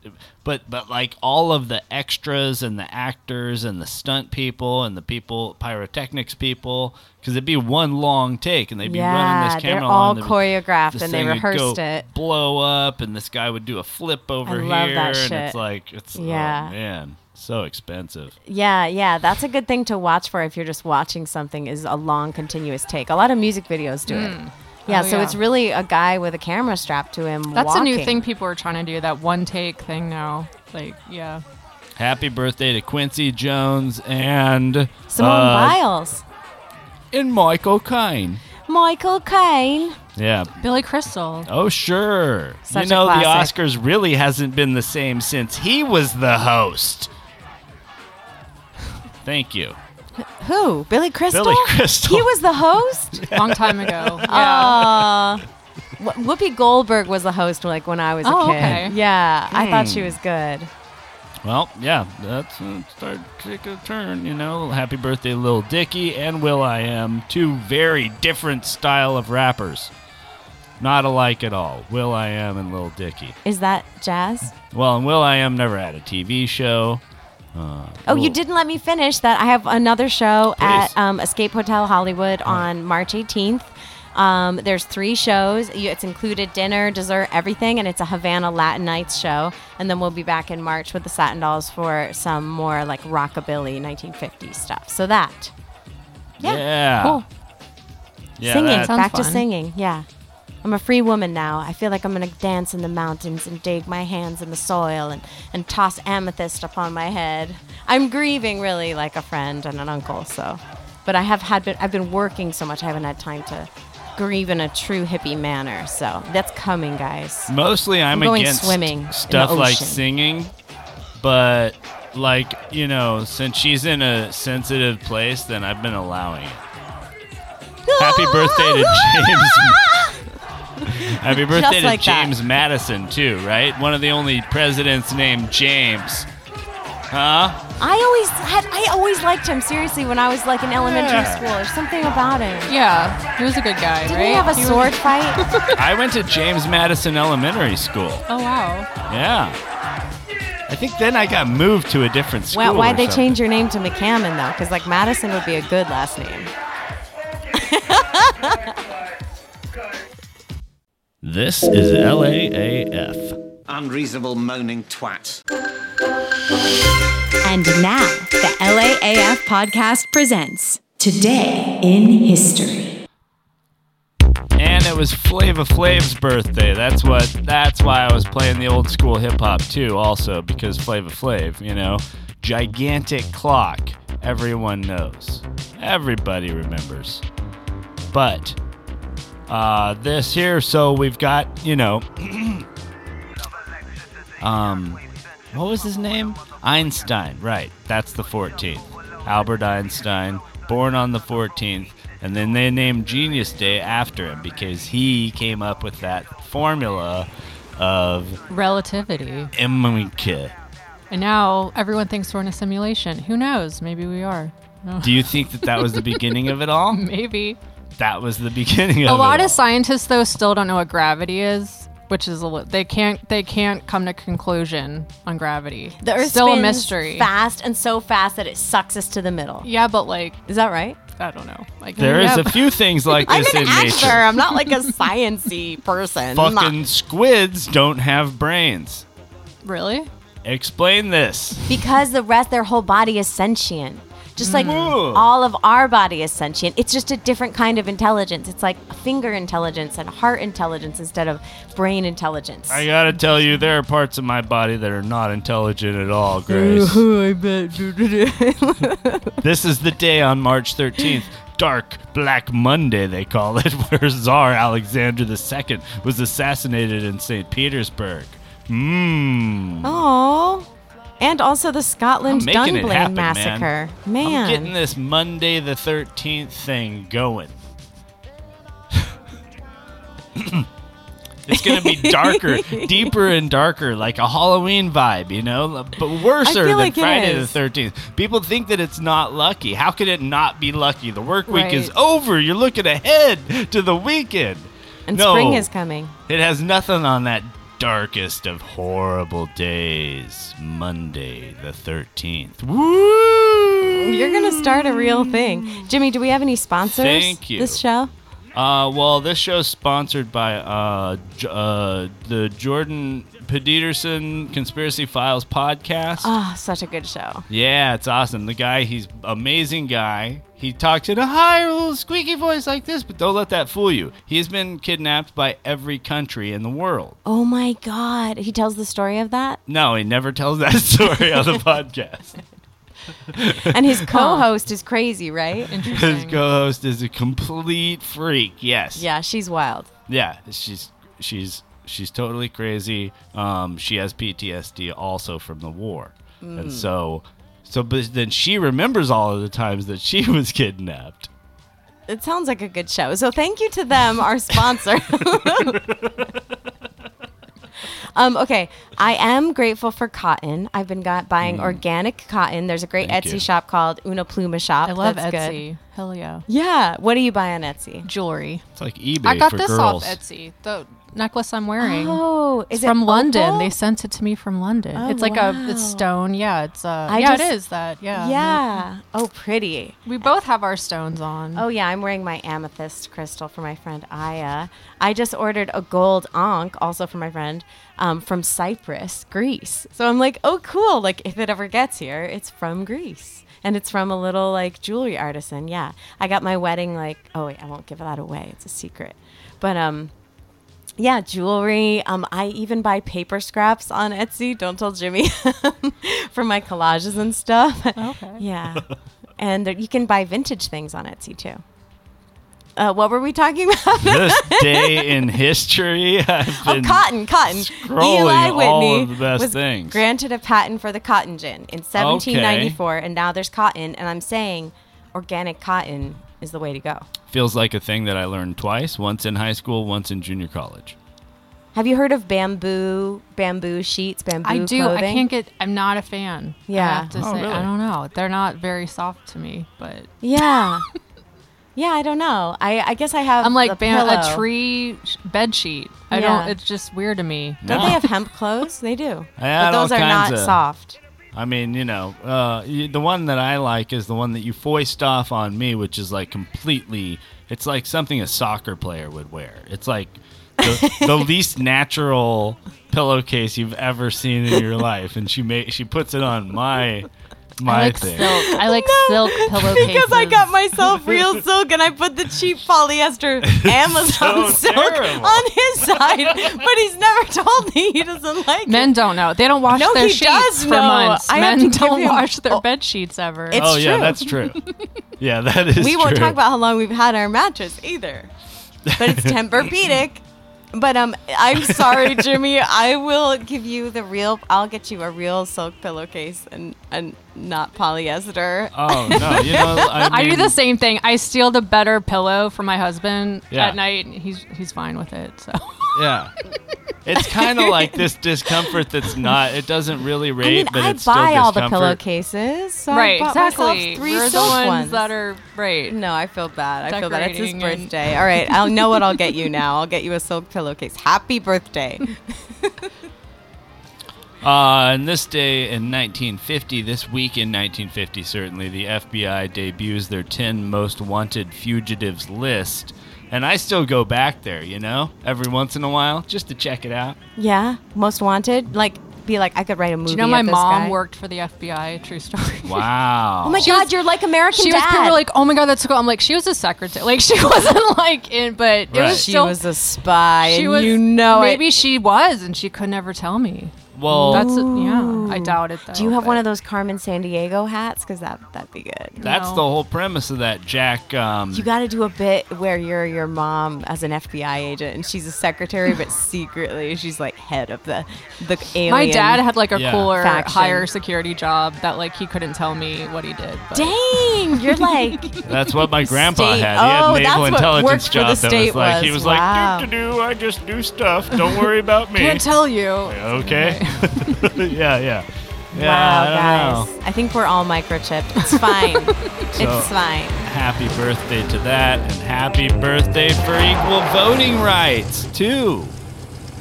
B: but but like all of the extras and the actors and the stunt people and the people pyrotechnics people because it'd be one long take and they'd be running
A: Yeah,
B: this
A: they're
B: camera
A: all
B: along, the-
A: choreographed
B: this
A: and they
B: thing would go
A: rehearsed it.
B: blow up and this guy would do a flip over
A: I
B: here
A: love that
B: and
A: shit.
B: it's like it's
A: Yeah.
B: oh, man so expensive
A: Yeah, yeah, that's a good thing to watch for if you're just watching something is a long continuous take. A lot of music videos do
C: Mm.
A: it. Yeah,
C: Oh,
A: so
C: yeah.
A: it's really a guy with a camera strapped to him.
C: that's a new
A: walking.
C: thing people are trying to do that one take thing now. Like yeah.
B: happy birthday to quincy jones and
A: Simone
B: uh,
A: Biles,
B: and michael kine
A: Michael Caine,
B: yeah
C: Billy Crystal.
B: Oh sure,
A: Such
B: you
A: a
B: know the
A: classic.
B: Oscars really hasn't been the same since he was the host. Thank you.
A: Who? Billy Crystal?
B: Billy Crystal.
A: He was the
B: <laughs>
A: host?
C: Long time ago.
A: <laughs> Yeah.
C: Um,
A: Whoopi Goldberg was the host like when I was a
C: Oh,
A: kid.
C: okay.
A: Yeah, I thought she
B: Hmm.
A: was good.
B: Well, yeah, that's uh, start to take a turn. You know, happy birthday, Lil Dicky and Will I Am, two very different style of rappers, not alike at all. Will I Am and Lil Dicky.
A: Is that jazz?
B: Well, and Will I Am never had a TV show. Uh,
A: Oh, you
B: Lil-
A: didn't let me finish that. I have another show
B: Please.
A: at um, Escape Hotel Hollywood on March 18th. Um, there's three shows. You, it's included dinner, dessert, everything, and it's a Havana Latin Nights show. And then we'll be back in March with the Satin Dolls for some more like rockabilly 1950s stuff. So that.
B: Yeah.
A: Cool.
B: Yeah,
A: singing.
B: that-
A: back to singing. Yeah. I'm a free woman now. I feel like I'm going to dance in the mountains and dig my hands in the soil and, and toss amethyst upon my head. I'm grieving really like a friend and an uncle, so. But I have had been, I've been working so much I haven't had time to grieve in a true hippie manner. So that's coming, guys.
B: Mostly, I'm,
A: going
B: against
A: swimming in the
B: stuff like
A: ocean.
B: singing, but like you know, since she's in a sensitive place, then I've been allowing it. Happy birthday
A: <laughs>
B: to James. Happy birthday
A: Just like
B: to
A: that.
B: James Madison too, right? One of the only presidents named James. Huh?
A: I always had, I always liked him seriously when I was like in elementary
B: Yeah.
A: school. There's something about him.
C: Yeah, he was a good guy,
A: Didn't
C: right?
A: he have a
C: He was-
A: sword fight?
B: I went to James Madison Elementary School.
C: Oh wow.
B: Yeah. I think then I got moved to a different school.
A: Why,
B: or
A: why'd they
B: something.
A: change your name to McCammon though? Because like Madison would be a good last name.
M: This is LAAF.
P: Unreasonable moaning twat.
I: And now, the LAAF podcast presents Today in History.
B: And it was Flava Flav's birthday. That's what. That's why I was playing the old school hip hop too. Also because Flava Flav, you know, gigantic clock. Everyone knows. Everybody remembers. But uh, this here, so we've got you know, <clears throat> um, what was his name? Einstein. Right. That's the 14th. Albert Einstein, born on the 14th, and then they named Genius Day after him because he came up with that formula of
C: Relativity.
B: Eminke.
C: And now everyone thinks we're in a simulation. Who knows? Maybe we are. <laughs> Oh.
B: Do you think that that was the beginning of it
C: <laughs>
B: all?
C: Maybe.
B: That was the beginning of
C: a
B: it.
C: lot
B: all.
C: of scientists though still don't know what gravity is, which is a li- they can't they can't come to conclusion on gravity.
A: The Earth
C: still a
A: spins
C: mystery.
A: fast and so fast that it sucks us to the middle.
C: Yeah, but like,
A: is that right?
C: I don't know. Like
B: There is a few
C: <laughs>
B: things like
A: I'm
B: this
A: an
B: in
A: actor.
B: nature.
A: I'm not like a sciency <laughs> person. I'm not-
B: Fucking squids don't have brains.
C: really
B: Explain this.
A: because the rest their whole body is sentient just like
B: Mm. Ooh.
A: all of our body is sentient it's just a different kind of intelligence it's like finger intelligence and heart intelligence instead of brain intelligence
B: I gotta tell you, there are parts of my body that are not intelligent at all, Grace.
A: I bet.
B: this is the day on March 13th. Dark Black Monday, they call it, <laughs> where Tsar Alexander II was assassinated in St. Petersburg. Mmm.
A: oh and also the scotland
B: making it
A: dunblane
B: happen, man.
A: massacre
B: I'm getting this Monday the 13th thing going. it's going to
A: <laughs>
B: be darker, deeper and darker, like a Halloween vibe, you know? But
A: I
B: worser
A: feel
B: than
A: like it
B: Friday
A: is.
B: the 13th. People think that it's not lucky. How could it not be lucky? The work week is
A: Right.
B: over. You're looking ahead to the weekend.
A: and
B: No.
A: spring is coming
B: It has nothing on that darkest of horrible days, Monday the 13th.
A: you're gonna start a real thing jimmy do we have any sponsors
B: Thank you.
A: this show
B: Uh, well, this show's sponsored by uh, J- uh, the Jordan Pedersen Conspiracy Files podcast.
A: oh such a good show
B: Yeah, it's awesome. The guy, he's amazing guy. He talks in a high little squeaky voice like this, but don't let that fool you. He's been kidnapped by every country in the world.
A: oh my god he tells the story of that
B: No, he never tells that <laughs> story on the podcast.
A: and
B: <laughs>
A: his co-host is crazy right
B: His co-host is a complete freak. Yes.
A: yeah she's wild
B: Yeah, she's she's she's totally crazy. Um, she has PTSD also from the war,
A: Mm.
B: and so so but then she remembers all of the times that she <laughs> was kidnapped.
A: It sounds like a good show. So thank you to them, our
C: <laughs>
A: sponsor. um, okay, I am grateful for cotton. I've been got buying organic cotton. There's a great
C: Mm. Thank
A: Etsy
C: you.
A: shop called Una Pluma Shop.
C: I love
A: That's good.
C: Etsy. Hell yeah.
A: Yeah, what do you buy on Etsy?
C: Jewelry.
B: It's like eBay
C: I got
B: for
C: this
B: girls.
C: off Etsy. The necklace I'm wearing.
A: Oh,
C: It's
A: is it
C: from London?
A: opal?
C: They sent it to me from London.
A: Oh,
C: it's like a it's
A: wow.
C: stone. Yeah, it's uh
A: I
C: yeah
A: just-
C: it is that. Yeah.
A: Yeah. Oh, pretty.
C: We both have our stones on.
A: Oh yeah, I'm wearing my amethyst crystal for my friend Aya. I just ordered a gold onk, also for my friend, um, from Cyprus, Greece. So I'm like, oh cool! Like if it ever gets here, it's from Greece, and it's from a little like jewelry artisan. Yeah, I got my wedding like. Oh wait, I won't give that away. It's a secret. But um, yeah, jewelry. Um, I even buy paper scraps on Etsy. Don't tell Jimmy <laughs> for my collages and stuff. Okay. Yeah, and there- you can buy vintage things on Etsy too. Uh, what were we talking <laughs> about?
B: <laughs> this
C: <laughs>
B: day in history, I've
A: oh,
B: been
A: cotton, cotton.
B: scrolling
A: Eli Whitney
B: all of the best
A: was
B: things.
A: granted a patent for the cotton gin in 1794, and now there's cotton. And I'm saying, organic cotton is the way to go.
B: feels like a thing that I learned twice: once in high school, once in junior college.
A: Have you heard of bamboo, bamboo sheets, bamboo
C: I do. I
A: clothing?
C: can't get. I'm not a fan.
A: Yeah.
C: I have to
A: Oh,
C: say.
A: really?
C: I don't know. They're not very soft to me, but
A: Yeah. <laughs> yeah, I don't know. I, I guess I have.
C: I'm like
A: the
C: ban-
A: pillow.
C: a tree sh- bed sheet. I
A: Yeah.
C: don't. It's just weird to me.
A: Don't they have hemp clothes? They do.
B: <laughs> I had
A: but those
B: all
A: are
B: kinds
A: not
B: of-
A: soft.
B: I mean, you know, uh, y- the one that I like is the one that you foist off on me, which is like completely. It's like something a soccer player would wear. It's like
A: <laughs>
B: the, the least natural pillowcase you've ever seen in your life, and she ma- she puts it on my my
C: I like
B: thing.
C: silk. I like silk pillowcases.
A: Because I got
C: <laughs>
A: myself real silk and I put the cheap polyester Amazon silk on his side, but he's never told me he doesn't like it.
C: Men don't know. They don't wash
A: No,
C: their
A: he
C: sheets
A: does
C: for
A: know.
C: months.
A: I have
C: Men
A: to give
C: don't
A: him-
C: wash their bed sheets ever.
B: oh yeah, that's true. Yeah, that is.
A: we won't
B: true.
A: talk about how long we've had our mattress either. But
B: <laughs>
A: it's Tempur-Pedic. But um, I'm sorry, Jimmy. I will give you the real. I'll get you a real silk pillowcase and and not polyester.
B: Oh no, you
A: <laughs>
B: know, I,
C: I do
B: mean,
C: the same thing. I steal the better pillow from my husband
B: Yeah.
C: at night. And he's he's fine with it. So
B: Yeah. It's kind of like this discomfort that's not. It doesn't really rate,
A: I mean,
B: but
A: I
B: it's still
A: buy all the
B: discomfort.
A: pillowcases. So
C: right,
A: I bought myself
C: exactly.
A: 3
C: We're the
A: silk
C: ones,
A: ones.
C: that are right.
A: No, I feel bad. I feel bad. It's his
C: Decorating and-
A: birthday. All right, I'll know what I'll get you now. I'll get you a silk pillowcase. Happy <laughs> birthday.
B: Uh, on this day in 1950, this week in 1950, certainly, the FBI debuts their 10 most wanted fugitives list. And I still go
C: <laughs>
B: back there, you know, every once in a while just to check it out.
A: Yeah, most wanted. Like be like, I could write a movie.
C: Do you know
A: of
C: my
A: this
C: mom
A: guy.
C: worked for the FBI? True story.
B: Wow.
A: Oh my
C: She
A: god,
C: was-
A: you're like American
C: she was
A: Dad.
C: people were like, oh my god, that's so cool. I'm like, she was a secretary. Like <laughs> she wasn't like in, but it
B: Right.
C: was
B: She
C: still.
A: was a spy.
C: she
A: and
C: was.
A: you know it.
C: maybe she was, and she could never tell me.
B: Well-
C: that's yeah. I doubt it. Though,
A: Do you have one of those Carmen San Diego hats? Because that that'd be good.
B: That's the whole premise of that, Jack. Um,
A: You got to do a bit where you're your mom as an FBI agent, and she's a secretary, but secretly she's like head of the the alien.
C: My dad had like a cooler,
A: faction.
C: higher security job that like he couldn't tell me what he did. but-
A: Dang, you're like
B: that's what my grandpa
C: <laughs> State-
B: had. He had
C: oh,
B: a naval
C: that's what worked
B: intelligence
C: for
B: job
C: the
B: that was
C: state
B: like,
C: was.
B: he was
C: Wow.
B: like, do, do, do, I just do stuff. Don't worry
C: <laughs>
B: about me.
C: Can't tell you.
B: Okay. <laughs> yeah, yeah. Yeah, I
A: wow,
B: don't
A: guys.
B: know.
A: I think we're all microchipped. It's <laughs> fine.
B: So-
A: it's fine.
B: Happy birthday to that, and happy birthday for equal voting rights, too.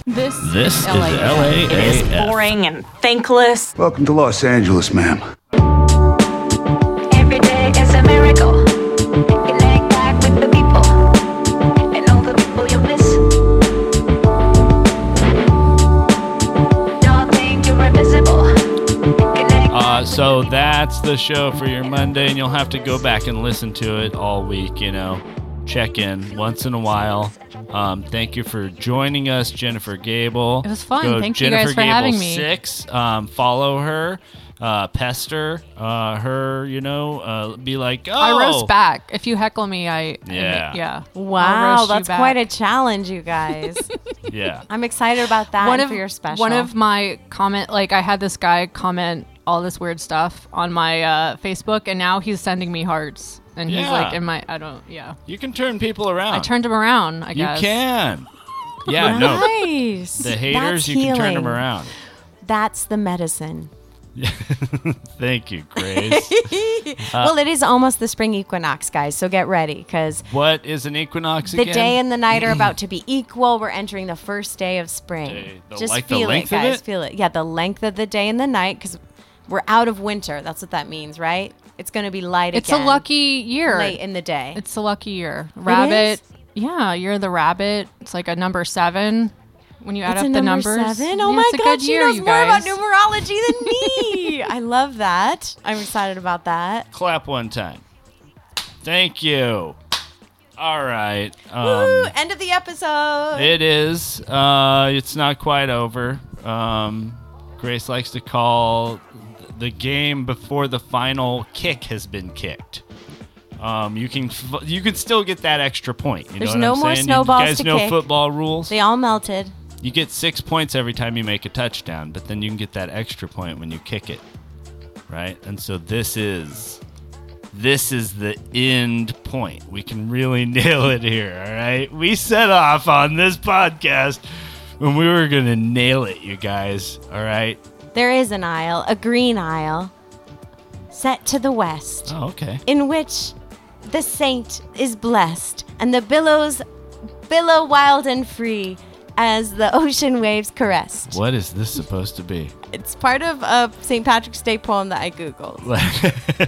C: This,
B: This is LAAF.
F: It is boring and thankless.
O: Welcome to Los Angeles, ma'am.
K: Every day is a miracle. Connect back with the people and all the people you miss. Don't think you're invisible.
B: Uh, so that's the show for your Monday, and you'll have to go back and listen to it all week. You know, check in once in a while. Um, thank you for joining us, Jennifer Gable.
C: It was fun.
B: Go
C: Thank you
B: Jennifer
C: guys for
B: Gable
C: having me.
B: Six. Um, follow her, uh, pester uh, her. You know, uh, be like, oh,
C: I roast back. If you heckle me, I I-
B: Yeah.
C: yeah. I'll
A: Wow,
C: roast you
A: that's
C: back.
A: quite a challenge, you
C: <laughs>
A: guys.
B: Yeah.
A: I'm excited about that
C: one
A: and
C: of
A: for your special.
C: One of my comment, like I had this guy comment all this weird stuff on my uh, Facebook, and now he's sending me hearts, and he's
B: Yeah.
C: like in my, I don't, yeah.
B: You can turn people around.
C: I turned him around. I
B: You
C: guess
B: can. Yeah, no.
A: Nice.
B: The haters,
A: That's
B: you can turn them
A: healing.
B: around.
A: That's the medicine.
B: Thank you,
A: <laughs>
B: Grace. Uh,
A: well, it is almost the spring equinox, guys, so get ready because
B: What is an equinox
A: the
B: again?
A: day and the night are about
B: <clears throat>
A: to be equal. We're entering the first day of spring.
B: the-
A: Just
B: like the
A: feel
B: length
A: it,
B: of
A: guys.
B: it?
A: Feel it. Yeah, the length of the day and the night because we're out of winter. That's what that means, right? It's going to be light
C: it's
A: again.
C: a lucky year.
A: late in the day.
C: It's a lucky year. Rabbit. Yeah, you're the rabbit. It's like a number seven. When you add
A: It's
C: up
A: a
C: the
A: number
C: numbers,
A: seven? Oh
C: Yeah,
A: my
C: it's a
A: God,
C: good
A: she
C: year,
A: knows
C: you
A: more about
C: guys.
A: numerology
C: <laughs>
A: than me. I love that. I'm excited about that.
B: Clap one time. Thank you. All right.
A: Woo!
B: Um,
A: End of the episode.
B: it is. Uh, it's not quite over. Um, Grace likes to call th- the game before the final kick has been kicked. Um, you can f- you can still get that extra point. You
A: There's no
B: know what I'm
A: more
B: saying?
A: snowballs
B: You guys
A: to
B: know
A: kick.
B: football rules.
A: They all melted.
B: You get six points every time you make a touchdown, but then you can get that extra point when you kick it. Right? And so this is this is the end point. We can really <laughs> nail it here, all right? We set off on this podcast when we were gonna nail it, you guys. All right.
A: There is an isle, a green isle, set to the west,
B: Oh, okay.
A: in which the saint is blessed, and the billows billow wild and free as the <laughs> ocean waves caressed.
B: What is this supposed to be? <laughs>
A: It's part of a St. Patrick's Day poem that I Googled.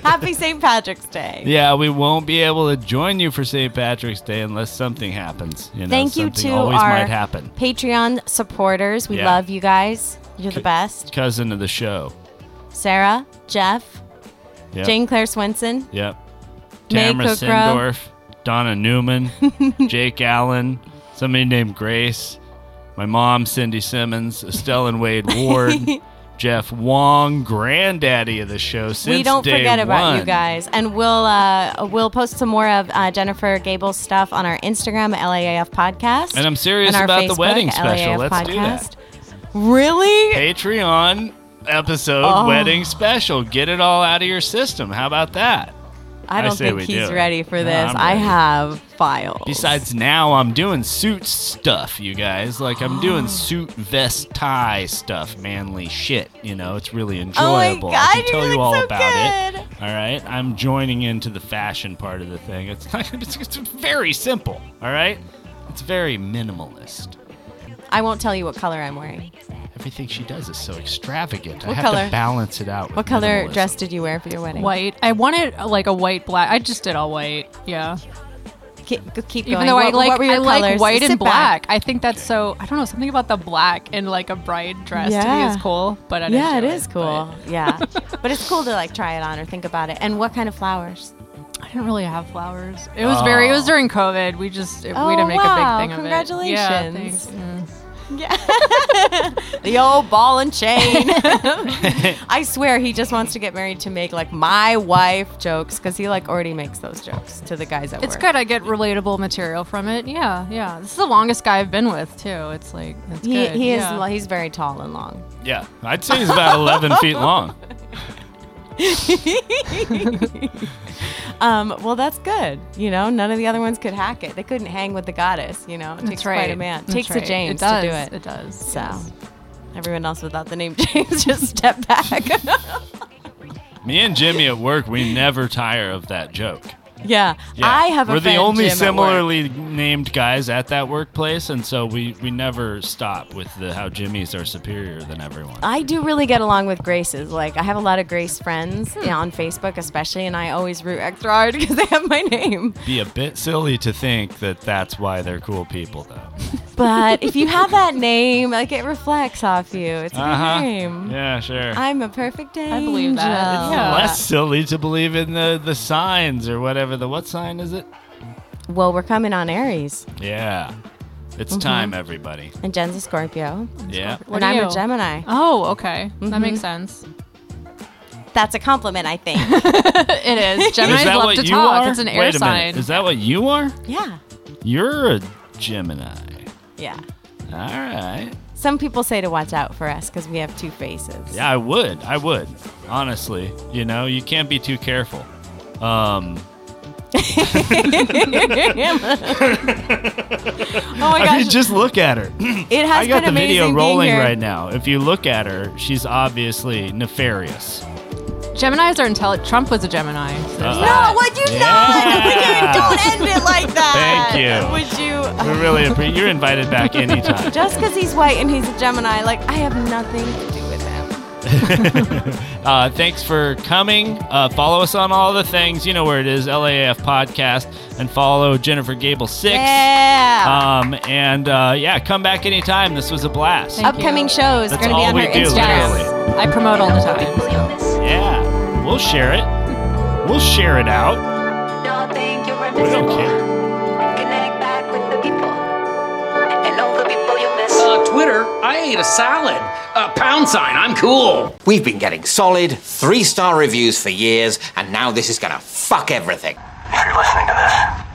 A: Happy St. Patrick's
B: <laughs>
A: Day.
B: yeah, we won't be able to join you for St. Patrick's Day unless something happens. You know,
A: Thank you
B: something
A: to
B: always
A: our
B: might happen.
A: Patreon supporters. We
B: Yeah.
A: love you guys. You're the best.
B: Cousin of the show.
A: Sarah, Jeff,
B: Yep.
A: Jane Claire Swenson,
B: Yep.
A: May
B: Tamara
A: Kukrow.
B: Sindorf,
A: <laughs>
B: Donna Newman, Jake Allen, somebody named Grace, my mom, Cindy Simmons, Estelle and
A: <laughs>
B: Wade Ward, Jeff Wong, granddaddy of the show since
A: we don't
B: day
A: forget about you
B: one.
A: guys, and we'll uh, we'll post some more of uh, Jennifer Gable's stuff on our Instagram LAAF podcast.
B: And I'm serious
A: and our
B: about the
A: Facebook,
B: wedding special.
A: LAAF
B: Let's do that.
A: podcast. Really?
B: Patreon episode
A: Oh.
B: wedding special. Get it all out of your system. How about that?
A: I don't
B: say
A: think
B: we
A: he's
B: do it.
A: ready for
B: No,
A: this.
B: I'm
A: I
B: ready.
A: have files.
B: Besides, now I'm doing suit stuff, you guys. Like, I'm
A: <gasps>
B: doing suit, vest, tie stuff, manly shit. You know, it's really enjoyable. I
A: Oh God,
B: can
A: you
B: tell you
A: look
B: all
A: so
B: about it. All right. I'm joining into the fashion part of the thing. It's, <laughs> it's, it's very simple. All right. It's very minimalist.
A: I won't tell you what color I'm wearing.
B: Everything she does is so extravagant. I
A: What
B: have
A: color?
B: to balance it out. with
A: What color
B: minimalism.
A: dress did you wear for your wedding?
C: White. I wanted uh, like a white black. I just did all white. Yeah.
A: keep, keep going.
C: Even though I
A: What-
C: like
A: what were your
C: I like
A: colors?
C: white
A: Sit
C: and
A: back.
C: black. I think that's so I don't know something about the black and like a bride dress to me
A: Yeah.
C: is cool. But I didn't
A: yeah,
C: do
A: it is cool. <laughs> Yeah, but it's cool to like try it on or think about it. And what kind of flowers?
C: I didn't really have flowers. It was very it
B: Oh.
C: was during COVID. We just it, we
A: Oh,
C: didn't make
A: wow.
C: a big thing of it. Yeah,
A: Congratulations.
C: thanks. Mm.
A: The old ball and
C: <laughs>
A: chain. <laughs> I swear he just wants to get married to make like my wife jokes because he like already makes those jokes to the guys at
C: It's
A: work.
C: good. I get relatable material from it. Yeah, yeah. This is the longest guy I've been with too. It's like it's
A: He,
C: good.
A: he
C: yeah.
A: is lo- he's very tall and long.
B: Yeah, I'd say he's about 11
A: <laughs>
B: feet long.
A: um, well, that's good. You know, none of the other ones could hack it. They couldn't hang with the goddess. You know, it
C: That's
A: takes quite a
C: right.
A: man. It
C: That's
A: takes
C: right.
A: a
C: It
A: James
C: does.
A: to do it.
C: It does,
A: So,
C: yes.
A: everyone else without the name <laughs> James just step
C: <laughs>
A: back.
B: Me and Jimmy at work, we never tire of that joke.
A: yeah.
B: Yeah.
A: I have.
B: We're
A: a
B: the
A: friend,
B: only
A: Jim, at work.
B: similarly named guys at that workplace, and so we, we never stop with the how Jimmys are superior than everyone.
A: I do really get along with Graces. Like I have a lot of Grace friends
C: Hmm.
A: you know, on Facebook, especially, and I always root extra <laughs> hard because they have my name.
B: Be a bit silly to think that that's why they're cool people, though.
A: But if you have that name, like it reflects off you. It's a
B: Uh-huh.
A: good name.
B: Yeah, sure.
A: I'm a perfect angel. I
C: believe that.
B: It's
A: uh,
B: less silly to believe in the, the signs or whatever. The what sign is it?
A: Well, we're coming on Aries,
B: Yeah. It's
A: Mhm.
B: time, everybody.
A: and Jen's a Scorpio,
B: Yeah.
C: What
A: and
C: are
A: I'm
C: you?
A: a Gemini.
C: Oh, okay. That
A: Mhm.
C: makes sense.
A: That's a compliment, I
C: <laughs>
A: think.
C: it is.
B: <laughs>
C: Gemini's
B: is that
C: love
B: what
C: to
B: you
C: talk.
B: Are?
C: It's an air
B: Wait a
C: sign.
B: Minute. Is that what you are?
A: Yeah.
B: You're a Gemini.
A: Yeah.
B: All right.
A: Some people say to watch out for us because we have two faces.
B: Yeah, I would. I would. Honestly, you know, you can't be too careful. Um,
A: oh my
B: I
A: gosh.
B: mean, just look at her.
A: It has
B: <clears throat> I got
A: been
B: the video
A: amazing being
B: rolling
A: here.
B: right now. If you look at her, she's obviously
A: <laughs>
B: nefarious.
C: Geminis are intelligent. Trump was a Gemini. so there's
B: Uh-oh.
C: that.
A: would you
B: Yeah.
A: not?
B: <laughs>
A: Don't end it like that.
B: Thank you.
A: Would you?
B: We really appreciate. You're invited
A: <laughs>
B: back anytime.
A: Just because he's white and he's a Gemini, like I have nothing to do with him.
B: uh, thanks for coming. Uh, follow us on all the things. You know where it is, LAF Podcast, and follow Jennifer Gable Six.
A: Yeah.
B: Um, and uh, yeah, come back anytime. This was a blast.
A: Upcoming shows
B: Uh, That's
A: going to be
B: all
A: on
B: we
A: her
B: do,
A: Instagram.
B: literally.
C: I promote all the time.
B: Yeah, we'll share it. We'll share it out.
K: Don't think you're
B: We don't care.
K: Connect back with the people. And all the people you miss.
G: Uh, Twitter, I ate a salad. Uh, pound sign, I'm cool.
P: We've been getting solid three star reviews for years, and now this is gonna fuck everything.
G: If you're listening to this,